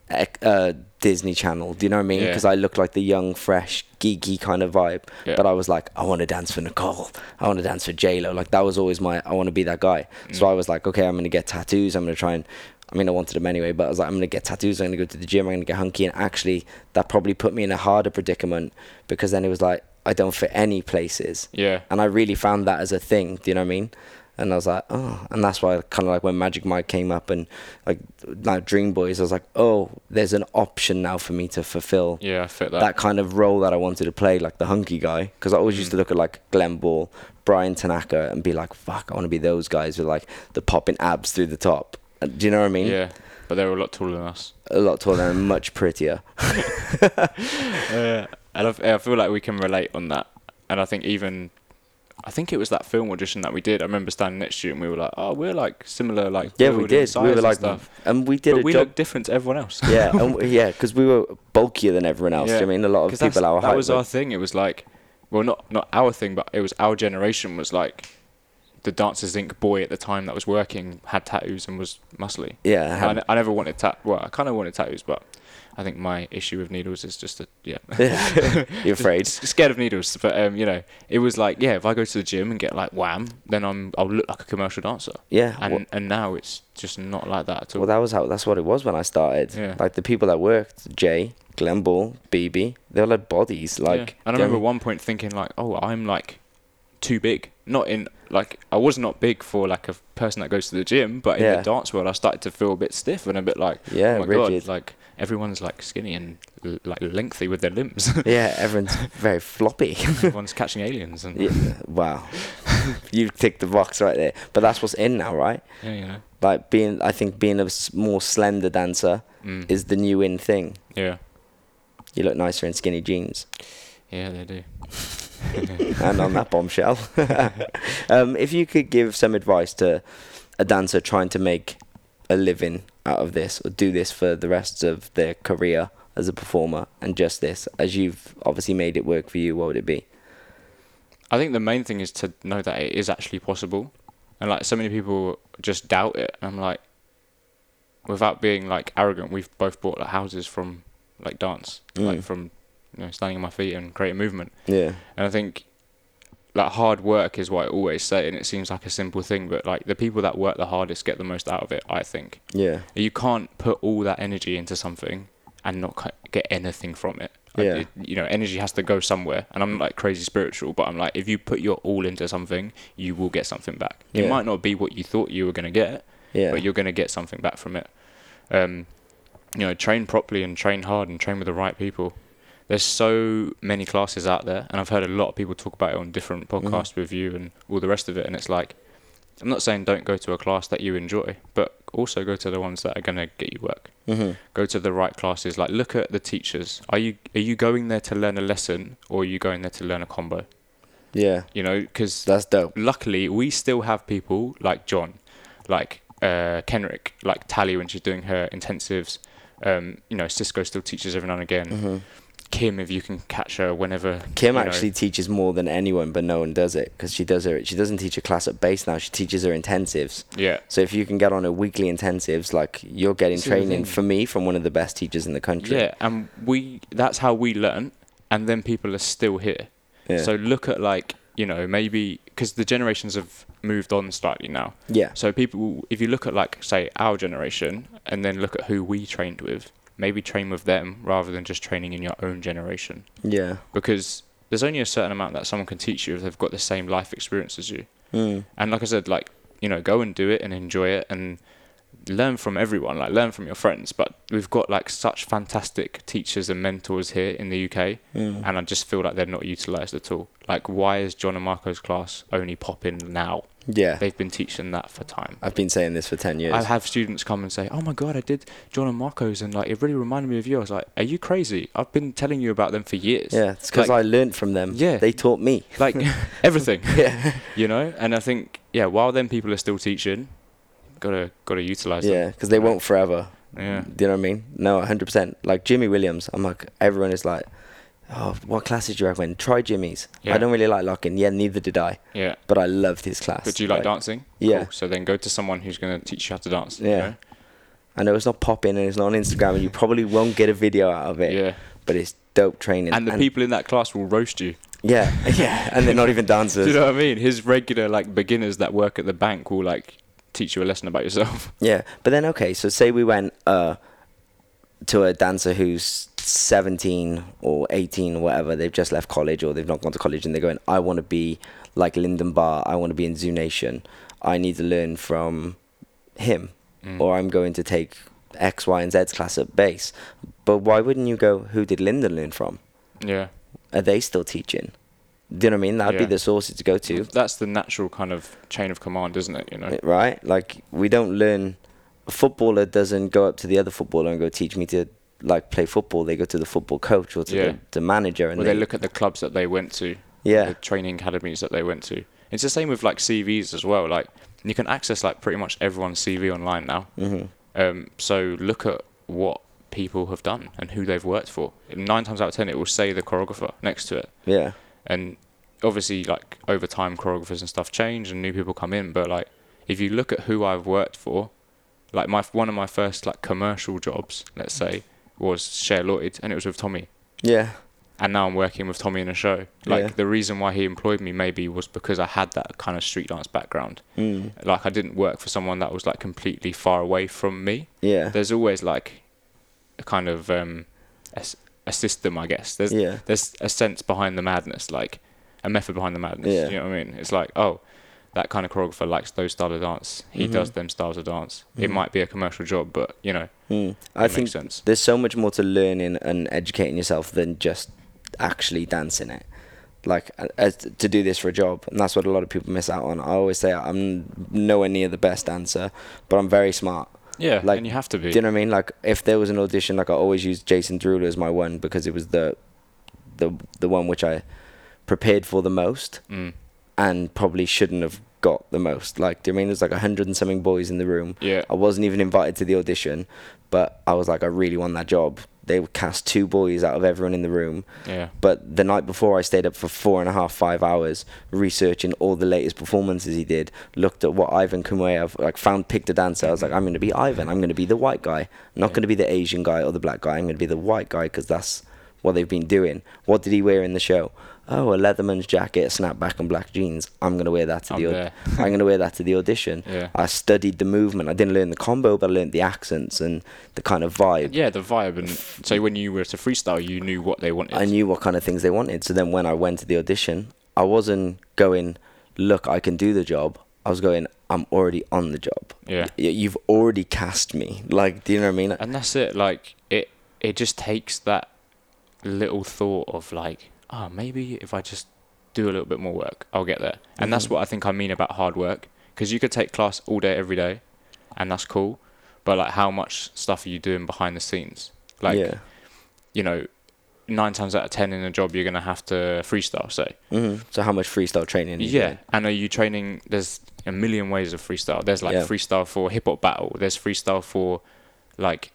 ec- Uh, Disney Channel, do you know what I mean?
Yeah.
Because I looked like the young, fresh, geeky kind of vibe.
Yeah.
But I was like, I want to dance for Nicole. I want to dance for J Lo. Like that was always my. I want to be that guy.
Mm.
So I was like, okay, I'm gonna get tattoos. I'm gonna try and. I mean, I wanted them anyway, but I was like, I'm gonna get tattoos. I'm gonna go to the gym. I'm gonna get hunky. And actually, that probably put me in a harder predicament because then it was like I don't fit any places.
Yeah,
And I really found that as a thing. Do you know what I mean? And I was like, oh, and that's why kind of like when Magic Mike came up and like now Dream Boys, I was like, oh, there's an option now for me to fulfill
yeah. I fit that.
that kind of role that I wanted to play, like the hunky guy, because I always
Mm.
used to look at like Glenn Ball, Brian Tanaka, and be like, "Fuck, I want to be those guys with like the popping abs through the top." Uh, Do you know what I mean?
yeah, but they were a lot taller than us.
A lot taller and much prettier.
Uh, and I, f- I feel like we can relate on that. And I think even, I think it was that film audition that we did. I remember standing next to you and we were like, oh, we're like similar, like
Yeah, we
build and
did.
size
We were
and
like,
stuff.
and we did
but
a
we
job.
look different to everyone else.
yeah, and w- yeah, because we were bulkier than everyone else. Do you know what I mean a lot of
'Cause that's-
people our
That
height?
was
were-
our thing. It was like, well, not not our thing, but it was our generation was like, the Dancers Inc. boy at the time that was working had tattoos and was muscly.
yeah,
I,
had-
ne- I never wanted tat. Well, I kind of wanted tattoos, but I think my issue with needles is just that yeah.
you're afraid.
S- scared of needles, but um, you know, it was like, yeah, if I go to the gym and get like wham, then I'm I'll look like a commercial dancer.
Yeah,
And
well-
and now it's just not like that at all.
Well, that was how. That's what it was when I started.
Yeah.
Like the people that worked, Jay, Glenn Ball, BB, they all had bodies.
Yeah.
Like,
and I
do you know what
remember
mean?
one point thinking like, oh, I'm like too big. Not in like I was not big for like a f- person that goes to the gym, but in
Yeah.
the dance world, I started to feel a bit stiff and a bit like,
Yeah,
oh my
rigid.
god, like everyone's like skinny and l- like lengthy with their limbs.
Yeah, everyone's very floppy.
everyone's catching aliens and yeah,
Yeah, wow. you ticked the box right there. But that's what's in now, right?
you know,
Like being, I think being a s- more slender dancer
Mm.
is the new in thing.
yeah,
You look nicer in skinny jeans.
yeah, they do.
and on that bombshell, um, if you could give some advice to a dancer trying to make a living out of this or do this for the rest of their career as a performer and just this, as you've obviously made it work for you, what would it be?
I think the main thing is to know that it is actually possible, and like so many people just doubt it. And I'm like, without being like arrogant, we've both bought like houses from like dance, like
Mm.
from you know standing on my feet and creating movement.
Yeah.
And I think like hard work is what I always say, and it seems like a simple thing, but like the people that work the hardest get the most out of it. I think
Yeah.
you can't put all that energy into something and not ca- get anything from it. Like,
Yeah.
it- you know, energy has to go somewhere. And I'm not like crazy spiritual, but I'm like, if you put your all into something, you will get something back.
Yeah.
It might not be what you thought you were going to get,
Yeah.
but you're going to get something back from it. Um, you know, train properly and train hard and train with the right people. There's so many classes out there, and I've heard a lot of people talk about it on different podcasts with you and all the rest of it. And it's like, I'm not saying don't go to a class that you enjoy, but also go to the ones that are going to get you work.
hmm
Go to the right classes. Like look at the teachers. Are you are you going there to learn a lesson or are you going there to learn a combo?
Yeah,
You know, because
that's dope.
luckily we still have people like John, like uh, Kenrick, like Tally when she's doing her intensives. Um, you know, Cisco still teaches every now and again. Kim, if you can catch her whenever.
Mm-hmm. Kim
you know.
actually teaches more than anyone, but no one does it because she does her. She doesn't teach a class at base now. She teaches her intensives.
yeah,
So if you can get on her weekly intensives, like you're getting
This is the
training
thing.
for me from one of the best teachers in the country.
yeah, and we that's how we learn, and then people are still here.
Yeah.
So look at like you know maybe because the generations have moved on slightly now.
yeah.
So people, if you look at like say our generation, and then look at who we trained with, maybe train with them rather than just training in your own generation,
Yeah.
because there's only a certain amount that someone can teach you if they've got the same life experience as you.
Mm.
And like I said, like you know, go and do it and enjoy it and learn from everyone, like learn from your friends. But we've got like such fantastic teachers and mentors here in the UK,
Mm.
and I just feel like they're not utilized at all. Like, why is John and Marco's class only popping now?
Yeah.
They've been teaching that for time.
I've been saying this for ten years.
I have students come and say, "Oh my god, I did John and Marco's, and like it really reminded me of you." I was like, "Are you crazy? I've been telling you about them for years."
yeah, it's because
like,
I learned from them.
Yeah.
They taught me.
like everything,
Yeah.
you know. And I think, yeah, while them people are still teaching, gotta gotta utilize them.
Yeah, because they won't forever.
Yeah.
Do you know what I mean? No, 100%. Like Jimmy Williams, I'm like, everyone is like, oh, what classes do you recommend? Try Jimmy's. I
Yeah.
don't really like locking. Yeah, neither did I.
Yeah.
But I loved his class.
But do you like dancing?
Yeah.
Cool. So then go to someone who's going to teach you how to dance. you
Yeah.
know?
I know it's not popping and it's not on Instagram and you probably won't get a video out of it.
Yeah.
But it's dope training.
And the people in that class will roast you.
Yeah, yeah. And they're not even dancers.
Do you know what I mean? His regular like beginners that work at the bank will like teach you a lesson about yourself.
Yeah, but then okay, so say we went uh to a dancer who's 17 or 18 or whatever, they've just left college or they've not gone to college and they're going, I want to be like Lyndon Barr, I want to be in Zoo Nation, I need to learn from him, or I'm going to take X, Y, and Z's class at base. But why wouldn't you go, who did Lyndon learn from?
Yeah.
Are they still teaching? Do you know what I mean? That'd be
Yeah.
the sources to go to
That's the natural kind of chain of command, isn't it? You know.
it, right? Like we don't learn. A footballer doesn't go up to the other footballer and go teach me to like play football. They go to the football coach or to
Yeah.
the, the manager and
Well, they look at the clubs that they went to,
Yeah,
the training academies that they went to. It's the same with like CVs as well. Like you can access like pretty much everyone's CV online now. Mm-hmm. Um, so look at what people have done and who they've worked for. Nine times out of ten, it will say the choreographer next to it.
yeah,
And obviously, like over time, choreographers and stuff change and new people come in. But like if you look at who I've worked for, like my one of my first like commercial jobs, let's say, was Cher Lloyd, and it was with Tommy
yeah,
and now I'm working with Tommy in a show. Like
Yeah.
the reason why he employed me maybe was because I had that kind of street dance background. Mm. Like I didn't work for someone that was like completely far away from me.
yeah,
There's always like a kind of um, a, s- a system, I guess. There's
Yeah.
there's a sense behind the madness, like a method behind the madness.
Yeah.
You know what I mean? It's like oh. That kind of choreographer likes those style of dance. He
Mm-hmm.
does them styles of dance. It might be a commercial job, but you know,
Mm.
it
I
makes
think
sense.
there's so much more to learning and educating yourself than just actually dancing it. Like a- as to do this for a job, and that's what a lot of people miss out on. I always say I'm nowhere near the best dancer, but I'm very smart.
Yeah,
like,
and you have to be.
Do you know what I mean? Like if there was an audition, like I always used Jason Derulo as my one because it was the the the one which I prepared for the most
Mm.
and probably shouldn't have got the most. Like do you know what I mean? There's like a hundred and something boys in the room.
Yeah.
I wasn't even invited to the audition, but I was like, I really want that job. They would cast two boys out of everyone in the room.
Yeah.
But the night before, I stayed up for four and a half, five hours researching all the latest performances he did. Looked at what Ivan Kumayev like found, picked a dancer. I was like, I'm going to be Ivan. I'm going to be the white guy. I'm not going to be the Asian guy or the black guy. I'm going to be the white guy because that's what they've been doing. What did he wear in the show? Oh, a Leatherman's jacket, a snapback, and black jeans. I'm going to wear that to
I'm
the.
there.
Au- I'm going to wear that to the audition.
Yeah.
I studied the movement. I didn't learn the combo, but I learned the accents and the kind of vibe.
Yeah, the vibe, and so when you were to freestyle, you knew what they wanted.
I knew what kind of things they wanted. So then when I went to the audition, I wasn't going, look, I can do the job. I was going, I'm already on the job.
Yeah.
Y- you've already cast me. Like, do you know what I mean?
and that's it. Like it, it just takes that little thought of like, oh, maybe if I just do a little bit more work, I'll get there. And that's what I think I mean about hard work, because you could take class all day, every day, and that's cool. But like, how much stuff are you doing behind the scenes? Like,
yeah.
you know, nine times out of ten in a job, you're gonna have to freestyle. Say,
hmm So how much freestyle training? Is
yeah. And are you training? There's a million ways of freestyle. There's like
Yeah.
freestyle for hip hop battle. There's freestyle for like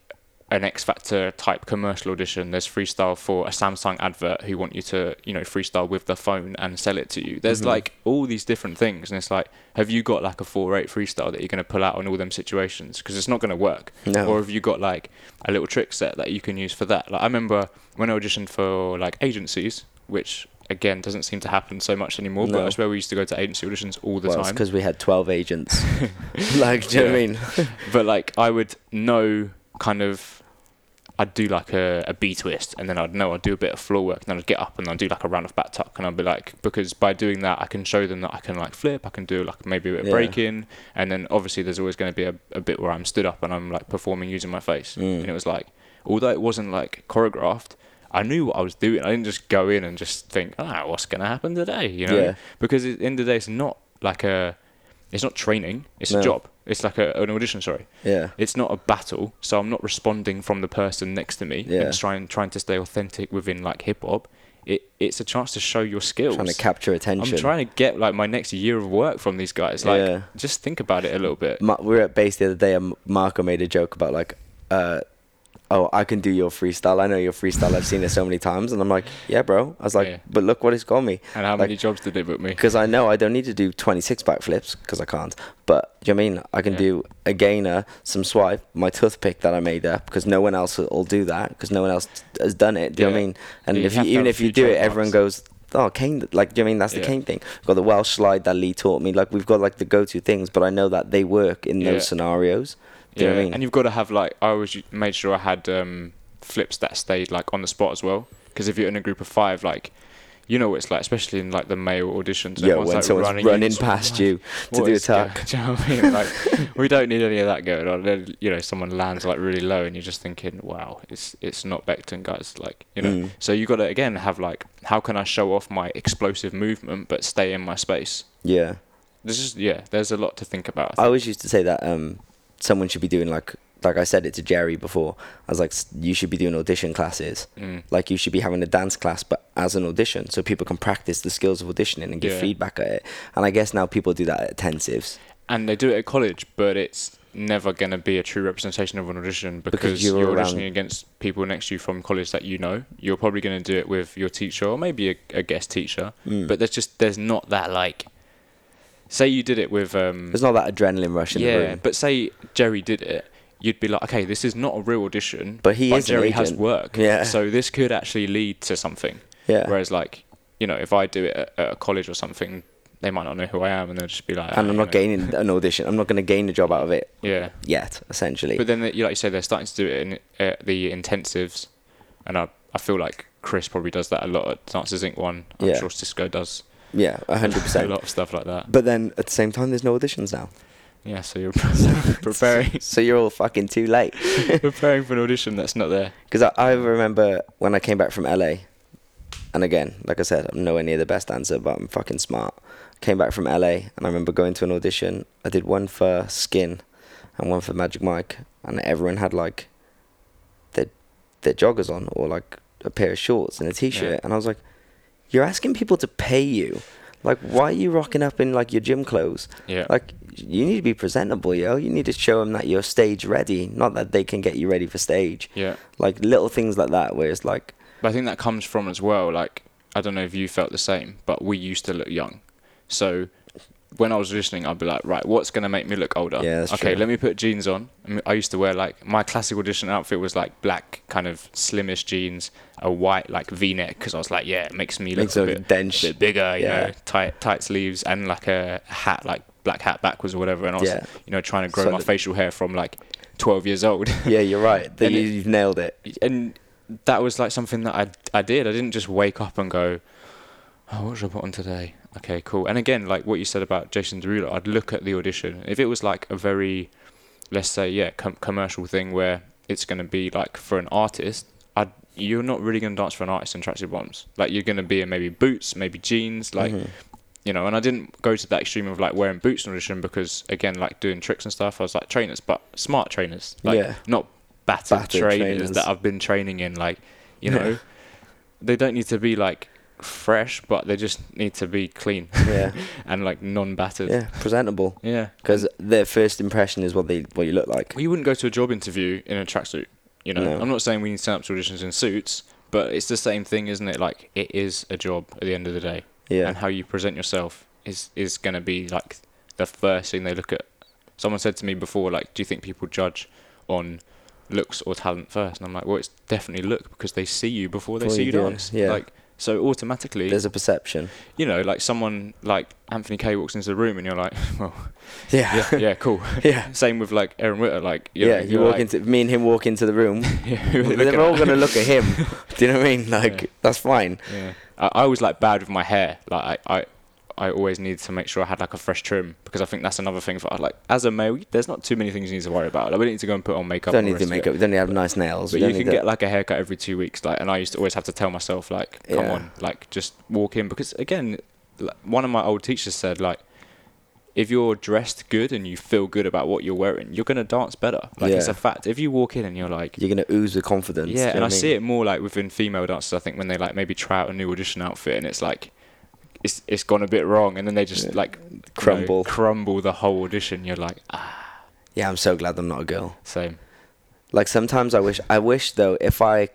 an X Factor type commercial audition. There's freestyle for a Samsung advert who want you to, you know, freestyle with the phone and sell it to you. There's
Mm-hmm.
like all these different things. And it's like, have you got like a 4 8 freestyle that you're going to pull out on all them situations? Because it's not going to work.
No.
Or have you got like a little trick set that you can use for that? Like, I remember when I auditioned for like agencies, which again doesn't seem to happen so much anymore, but
No.
I swear we used to go to agency auditions all the
Well, it's
time.
because we had twelve agents. like, do you know what I
Yeah.
mean?
but like I would know kind of I'd do like a, a B twist and then I'd know I'd do a bit of floor work and then I'd get up and I'd do like a round of back tuck and I'd be like because by doing that I can show them that I can like flip, I can do like maybe a bit of
Yeah.
break in and then obviously there's always gonna be a, a bit where I'm stood up and I'm like performing using my face.
Mm.
And it was like although it wasn't like choreographed, I knew what I was doing. I didn't just go in and just think, ah, what's gonna happen today? You know?
Yeah.
Because at the end of the day it's not like a it's not training, it's
No.
a job. It's like a, an audition, sorry
Yeah.
it's not a battle, so I'm not responding from the person next to me.
Yeah.
And trying trying to stay authentic within like hip hop. It it's a chance to show your skills.
Trying to capture
I'm
attention.
trying to get like my next year of work from these guys. Like
Yeah.
just think about it a little bit.
Ma- we were at base the other day, and Marco made a joke about like, uh, "Oh, I can do your freestyle. I know your freestyle. I've seen it so many times." And I'm like, "Yeah, bro." I was like,
Yeah.
"But look what it's got me."
And how
like,
many jobs did it book me?
because I know I don't need to do 26 backflips because I can't. But do you know what I mean I can
Yeah.
do a gainer, some swipe, my toothpick that I made up because no one else will do that because no one else has done it. Do you know what I
Yeah.
mean? And
Yeah, you
if you,
have to
even
have
if you
few
do it,
trademarks.
everyone goes. Oh, Kane! Like, do you know what I mean that's the
Yeah.
Kane thing? We've got the Welsh slide that Lee taught me. Like, we've got like the go-to things, but I know that they work in
Yeah.
those scenarios. Do you know what I mean?
And you've got to have like I always made sure I had um, flips that stayed like on the spot as well. Because if you're in a group of five, like you know what it's like, especially in like the male auditions.
yeah,
everyone's,
when
like,
someone's
running,
running,
you, just
past you to
What
do a
is go-
tuck.
Do you know what I mean? Like, we don't need any of that going on. Then, you know, someone lands like really low, and you're just thinking, "Wow, it's it's not Beckton, guys." Like, you know,
Mm.
so you got to again have like, how can I show off my explosive movement but stay in my space?
Yeah.
This is yeah. There's a lot to think about.
I always used to say that um, someone should be doing like like I said it to Jerry before. I was like, "S- you should be doing audition classes.
Mm.
Like you should be having a dance class, but as an audition, so people can practice the skills of auditioning and give
Yeah. Mm.
feedback at it. And I guess now people do that at intensives
and they do it at college, but it's never going to be a true representation of an audition because,
you're
you're,
around-
auditioning against people next to you from college that you know. You're probably going to do it with your teacher or maybe a, a guest teacher,
Mm.
but there's just there's not that like. Say you did it with um,
There's not that adrenaline rush in
yeah,
the room.
but say Jerry did it, you'd be like, okay, this is not a real audition,
But he is an
Jerry has
agent.
work,
Yeah.
So this could actually lead to something.
Yeah.
Whereas like, you know, if I do it at, at a college or something, they might not know who I am, and they'll just be like, "Ah,
and I'm
you
not
know."
gaining an audition. I'm not going to gain a job out of it
Yeah.
yet, essentially.
But then, they, you- like you say, they're starting to do it in uh, the intensives, and I I feel like Chris probably does that a lot at Dances Inc. One. I'm
Yeah.
sure Cisco does
yeah, hundred
a
percent.
lot of stuff like that.
But then at the same time, there's no auditions now,
Yeah, so you're preparing
so you're all fucking too late.
preparing for an audition that's not there.
Because I, I remember when I came back from LA, and again, like I said, I'm nowhere near the best dancer, but I'm fucking smart. Came back from LA, and I remember going to an audition. I did one for Skin, and one for Magic Mike, and everyone had like their their joggers on or like a pair of shorts and a t-shirt,
Yeah.
and I was like, "You're asking people to pay you." Like, why are you rocking up in like your gym clothes?
Yeah.
Like, you need to be presentable, yo. You need to show them that you're stage ready, not that they can get you ready for stage
Yeah.
like little things like that where it's like
But I think that comes from as well. Like I don't know if you felt the same, but we used to look young. So when I was listening, I'd be like, right, what's gonna make me look older?
Yeah, that's
okay,
true.
let me put jeans on. I, mean, I used to wear like my classic audition outfit was like black, kind of slimish jeans, a white like V-neck because I was like, yeah, it makes me look
Makes
a
it look
bit,
dense.
bit bigger, you
Yeah.
know, tight tight sleeves and like a hat, like black hat backwards or whatever. And I was,
Yeah.
you know, trying to grow
So
my
that-
facial hair from like 12 years old.
yeah you're right that
And
you,
it-
you've nailed it
and that was like something that I I did. I didn't just wake up and go, "Oh, what should I put on today?" Okay, cool. And again, like what you said about Jason Derulo, I'd look at the audition. If it was like a very, let's say, yeah, com- commercial thing where it's going to be like for an artist, I would
Mm-hmm.
Mm-hmm. you're not really going to dance for an artist in tracksuit bottoms. Like you're going to be in maybe boots, maybe jeans, like. you know, and I didn't go to that extreme of like wearing boots in audition because again, like doing tricks and stuff, I was like trainers, but smart trainers, like
Yeah.
not battered,
Battered
trainers,
trainers.
that I've been training in. Like, you
Yeah.
know, they don't need to be like fresh, but they just need to be clean
Yeah,
and like non-battered.
yeah, presentable.
yeah.
Because their first impression is what they what you look like.
Well, you wouldn't go to a job interview in a tracksuit. You know,
No.
I'm not saying we need to turn up to auditions in suits, but it's the same thing, isn't it? Like it is a job at the end of the day,
Yeah,
and how you present yourself is is going to be like the first thing they look at. Someone said to me before, like, do you think people judge on looks or talent first? And I'm like, well, it's definitely look because they see you before they
Before
see
you
you
do it,
dance.
yeah.
Like so automatically,
there's a perception.
you know, like someone like Anthony Kay walks into the room and you're like, well,
Yeah,
yeah, yeah, cool.
yeah.
Same with like Aaron Witter, like you
yeah,
know,
you
you're
walk
like,
into me and him walk into the room.
Yeah, who are they
They're
looking
all
at?
gonna look at him. Do you know what I mean? Like
Yeah.
that's fine.
Yeah. I, I was like bad with my hair. Like I, I, I always needed to make sure I had like a fresh trim because I think that's another thing for like as a male, there's not too many things you need to worry about. Like, we don't need to go and put on makeup.
don't
and
need to
risk
make
it.
up. Don't need to have nice nails.
But
we don't
you can
need to-
get like a haircut every two weeks, like, and I used to always have to tell myself, like, come
Yeah.
on, like, just walk in because again, like, one of my old teachers said, like, if you're dressed good and you feel good about what you're wearing, you're gonna dance better. Like it's
Yeah.
a fact. If you walk in and you're like,
You're gonna ooze with confidence. do you
Yeah,
know
and I
what
see it more like within female dancers. I think when they like maybe try out a new audition outfit and it's like, it's it's gone a bit wrong, and then they just
Yeah.
like you know,
Crumble.
crumble the whole audition. You're like, ah,
Yeah, I'm so glad I'm not a girl.
same.
Like sometimes I wish. I wish though, if I,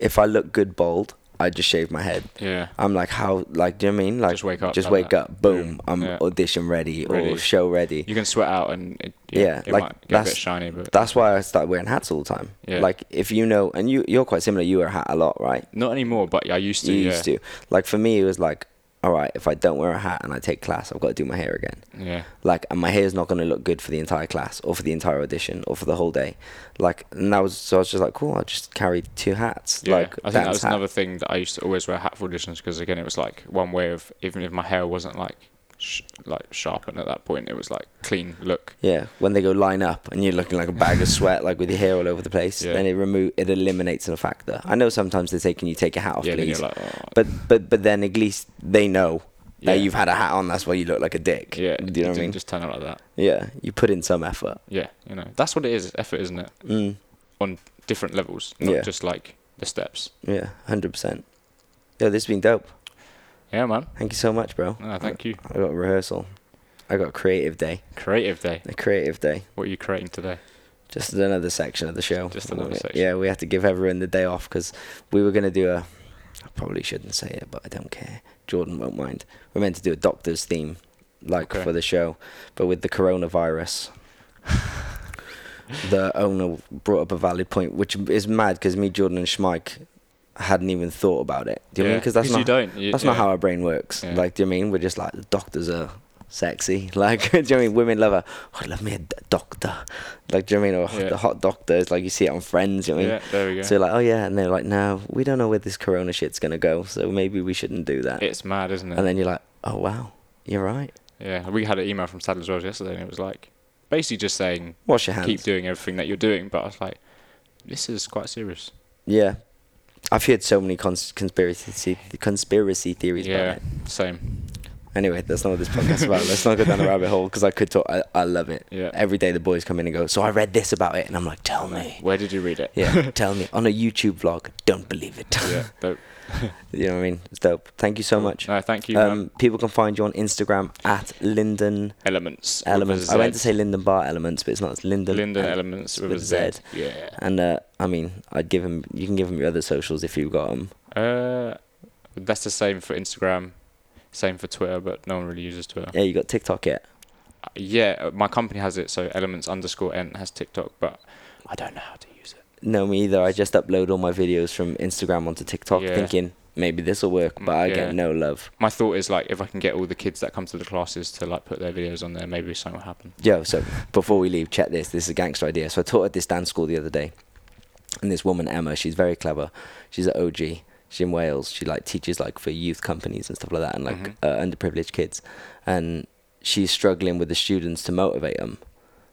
if I look good bald, I just shave my head.
Yeah,
I'm like, how? Like, do you know what I mean? Like,
Just wake up
Just
like
wake
that.
up. Boom.
Boom.
I'm
Yeah.
audition ready,
Ready.
or show ready.
you can sweat out and it, yeah,
Yeah,
it
like,
might get a
that's-
bit shiny, but
That's why I started wearing hats all the time.
Yeah.
Like if you know, and you you're quite similar. You wear a hat a lot, right?
not anymore. But yeah, I used to.
You
yeah.
used to. Like for me, it was like, all right, if I don't wear a hat and I take class, I've got to do my hair again.
Yeah,
Like, and my hair's not going to look good for the entire class or for the entire audition or for the whole day. Like, and that was so I was just like, cool. I'll just carry two hats.
yeah.
like
I
dance
think that was
hat.
another thing that I used to always wear hat for auditions because again, it was like one way of even if my hair wasn't like sh- like sharpened at that point, it was like clean look.
Yeah, when they go line up and you're looking like a bag of sweat, like with your hair all over the place,
Yeah.
then it remove it eliminates a factor. I know sometimes they say, "Can you take your hat off,
yeah, then you're
please?"
like, oh,
but but but then at least they know
Yeah.
that you've had a hat on. That's why you look like a dick.
yeah,
do you know what I
didn't
mean?
Just turn out like that.
Yeah, you put in some effort.
Yeah, you know, that's what it is. Effort, isn't it?
Mm,
On different levels, not
Yeah.
just like the steps.
yeah, hundred percent. Yo, this has been dope.
Yeah, man.
Thank you so much, bro.
No, thank you.
I got a rehearsal. I got a creative day.
Creative day.
A creative day.
What are you creating today?
Just another section of the show.
Just another section.
Yeah, we had to give everyone the day off because we were going to do a. I probably shouldn't say it, but I don't care. Jordan won't mind. We're meant to do a doctor's theme, like
Okay.
for the show, but with the coronavirus. the owner brought up a valid point, which is mad because me, Jordan, and Schmike hadn't even thought about it. Do you know what I mean? Because that's
you
not
don't. You,
that's
yeah.
not how our brain works.
Yeah.
Like, do you mean we're just like the doctors are sexy? Like, do you mean women love her? Oh, I love me a d- doctor. Like, do you mean or
Yeah.
the hot doctors? Like you see it on Friends. You know what I mean?
Yeah, there we go.
So like, oh yeah, and they're like, no, we don't know where this corona shit's gonna go, so maybe we shouldn't do that.
it's mad, isn't it?
and then you're like, oh wow, you're right.
yeah, we had an email from Saddler's Wells yesterday, and it was like basically just saying
Wash your hands.
keep doing everything that you're doing. But I was like, this is quite serious.
yeah, I've heard so many cons- conspiracy conspiracy theories
yeah,
about it.
same.
Anyway, that's not what this podcast's about. Let's not go down the rabbit hole because I could talk. I, I love it.
Yeah.
Every day the boys come in and go, so I read this about it, and I'm like, tell me.
Where did you read it?
Yeah, tell me on a YouTube vlog. Don't believe it.
yeah. Dope.
you know what I mean? It's dope. Thank you so much.
No, thank you. man.
Um, people can find you on Instagram at Linden
Elements. with a
Elements. I went to
Z.
say Linden Bar Elements, but it's not. It's Linden.
Linden
Ele-
Elements with, a
with
Z.
Z.
Yeah.
And uh, I mean, I'd give him. You can give him your other socials if you've got them.
Uh, that's the same for Instagram, same for Twitter, but no one really uses Twitter.
Yeah, you got TikTok yet?
Uh, Yeah, uh, my company has it, so Elements underscore N has TikTok, but I don't know how to use it.
No, me either. I just upload all my videos from Instagram onto TikTok,
Yeah.
thinking maybe this will work,
Mm,
but I
yeah.
get no love.
My thought is like if I can get all the kids that come to the classes to like put their videos on there, maybe something will happen.
Yo, so before we leave, check this. This is a gangster idea. So I taught at this dance school the other day, and this woman Emma, she's very clever. She's an OG. She's in Wales. She like teaches like for youth companies and stuff like that, and like
Mhm.
uh, underprivileged kids. And she's struggling with the students to motivate them.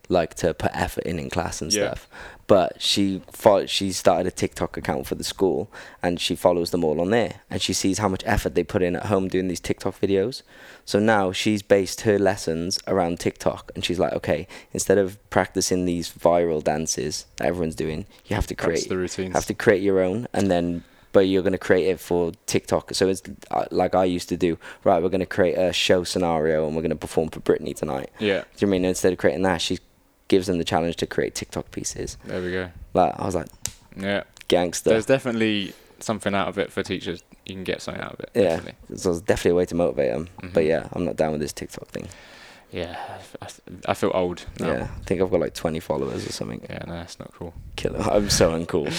like to put effort in in class and
Yeah.
stuff. But she fo- she started a TikTok account for the school and she follows them all on there and she sees how much effort they put in at home doing these TikTok videos. So now she's based her lessons around TikTok and she's like, okay, instead of practicing these viral dances that everyone's doing, you have to
That's
create
the routines.
have to create your own and then but you're going to create it for TikTok. So it's uh, like I used to do, right, we're going to create a show scenario and we're going to perform for Britney tonight.
yeah,
Do you mean instead of creating that, she gives them the challenge to create TikTok pieces?
there we go.
Like I was like,
Yeah,
gangster.
there's definitely something out of it for teachers. You can get something out of it.
yeah,
definitely. Mm-hmm.
so it's definitely a way to motivate them. But yeah, I'm not down with this TikTok thing.
yeah. I, th- I feel old now.
Yeah, I think I've got like 20 followers or something.
yeah, no, that's not cool.
Killer, I'm so uncool.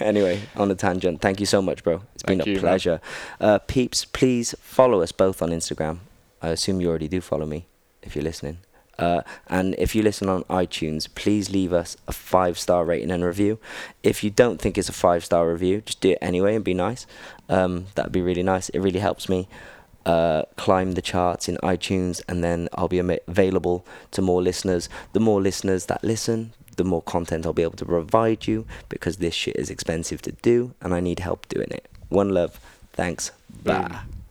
anyway, on a tangent. Thank you so much, bro. It's been
Thank you,
a
man.
pleasure. Uh, peeps, please follow us both on Instagram. I assume you already do follow me if you're listening. Uh, and if you listen on iTunes, please leave us a five star rating and review. If you don't think it's a five star review, just do it anyway and be nice. Um, that'd be really nice. It really helps me uh, climb the charts in iTunes, and then I'll be ama- available to more listeners. The more listeners that listen, the more content I'll be able to provide you because this shit is expensive to do, and I need help doing it. One love. Thanks. Bye.
Boom.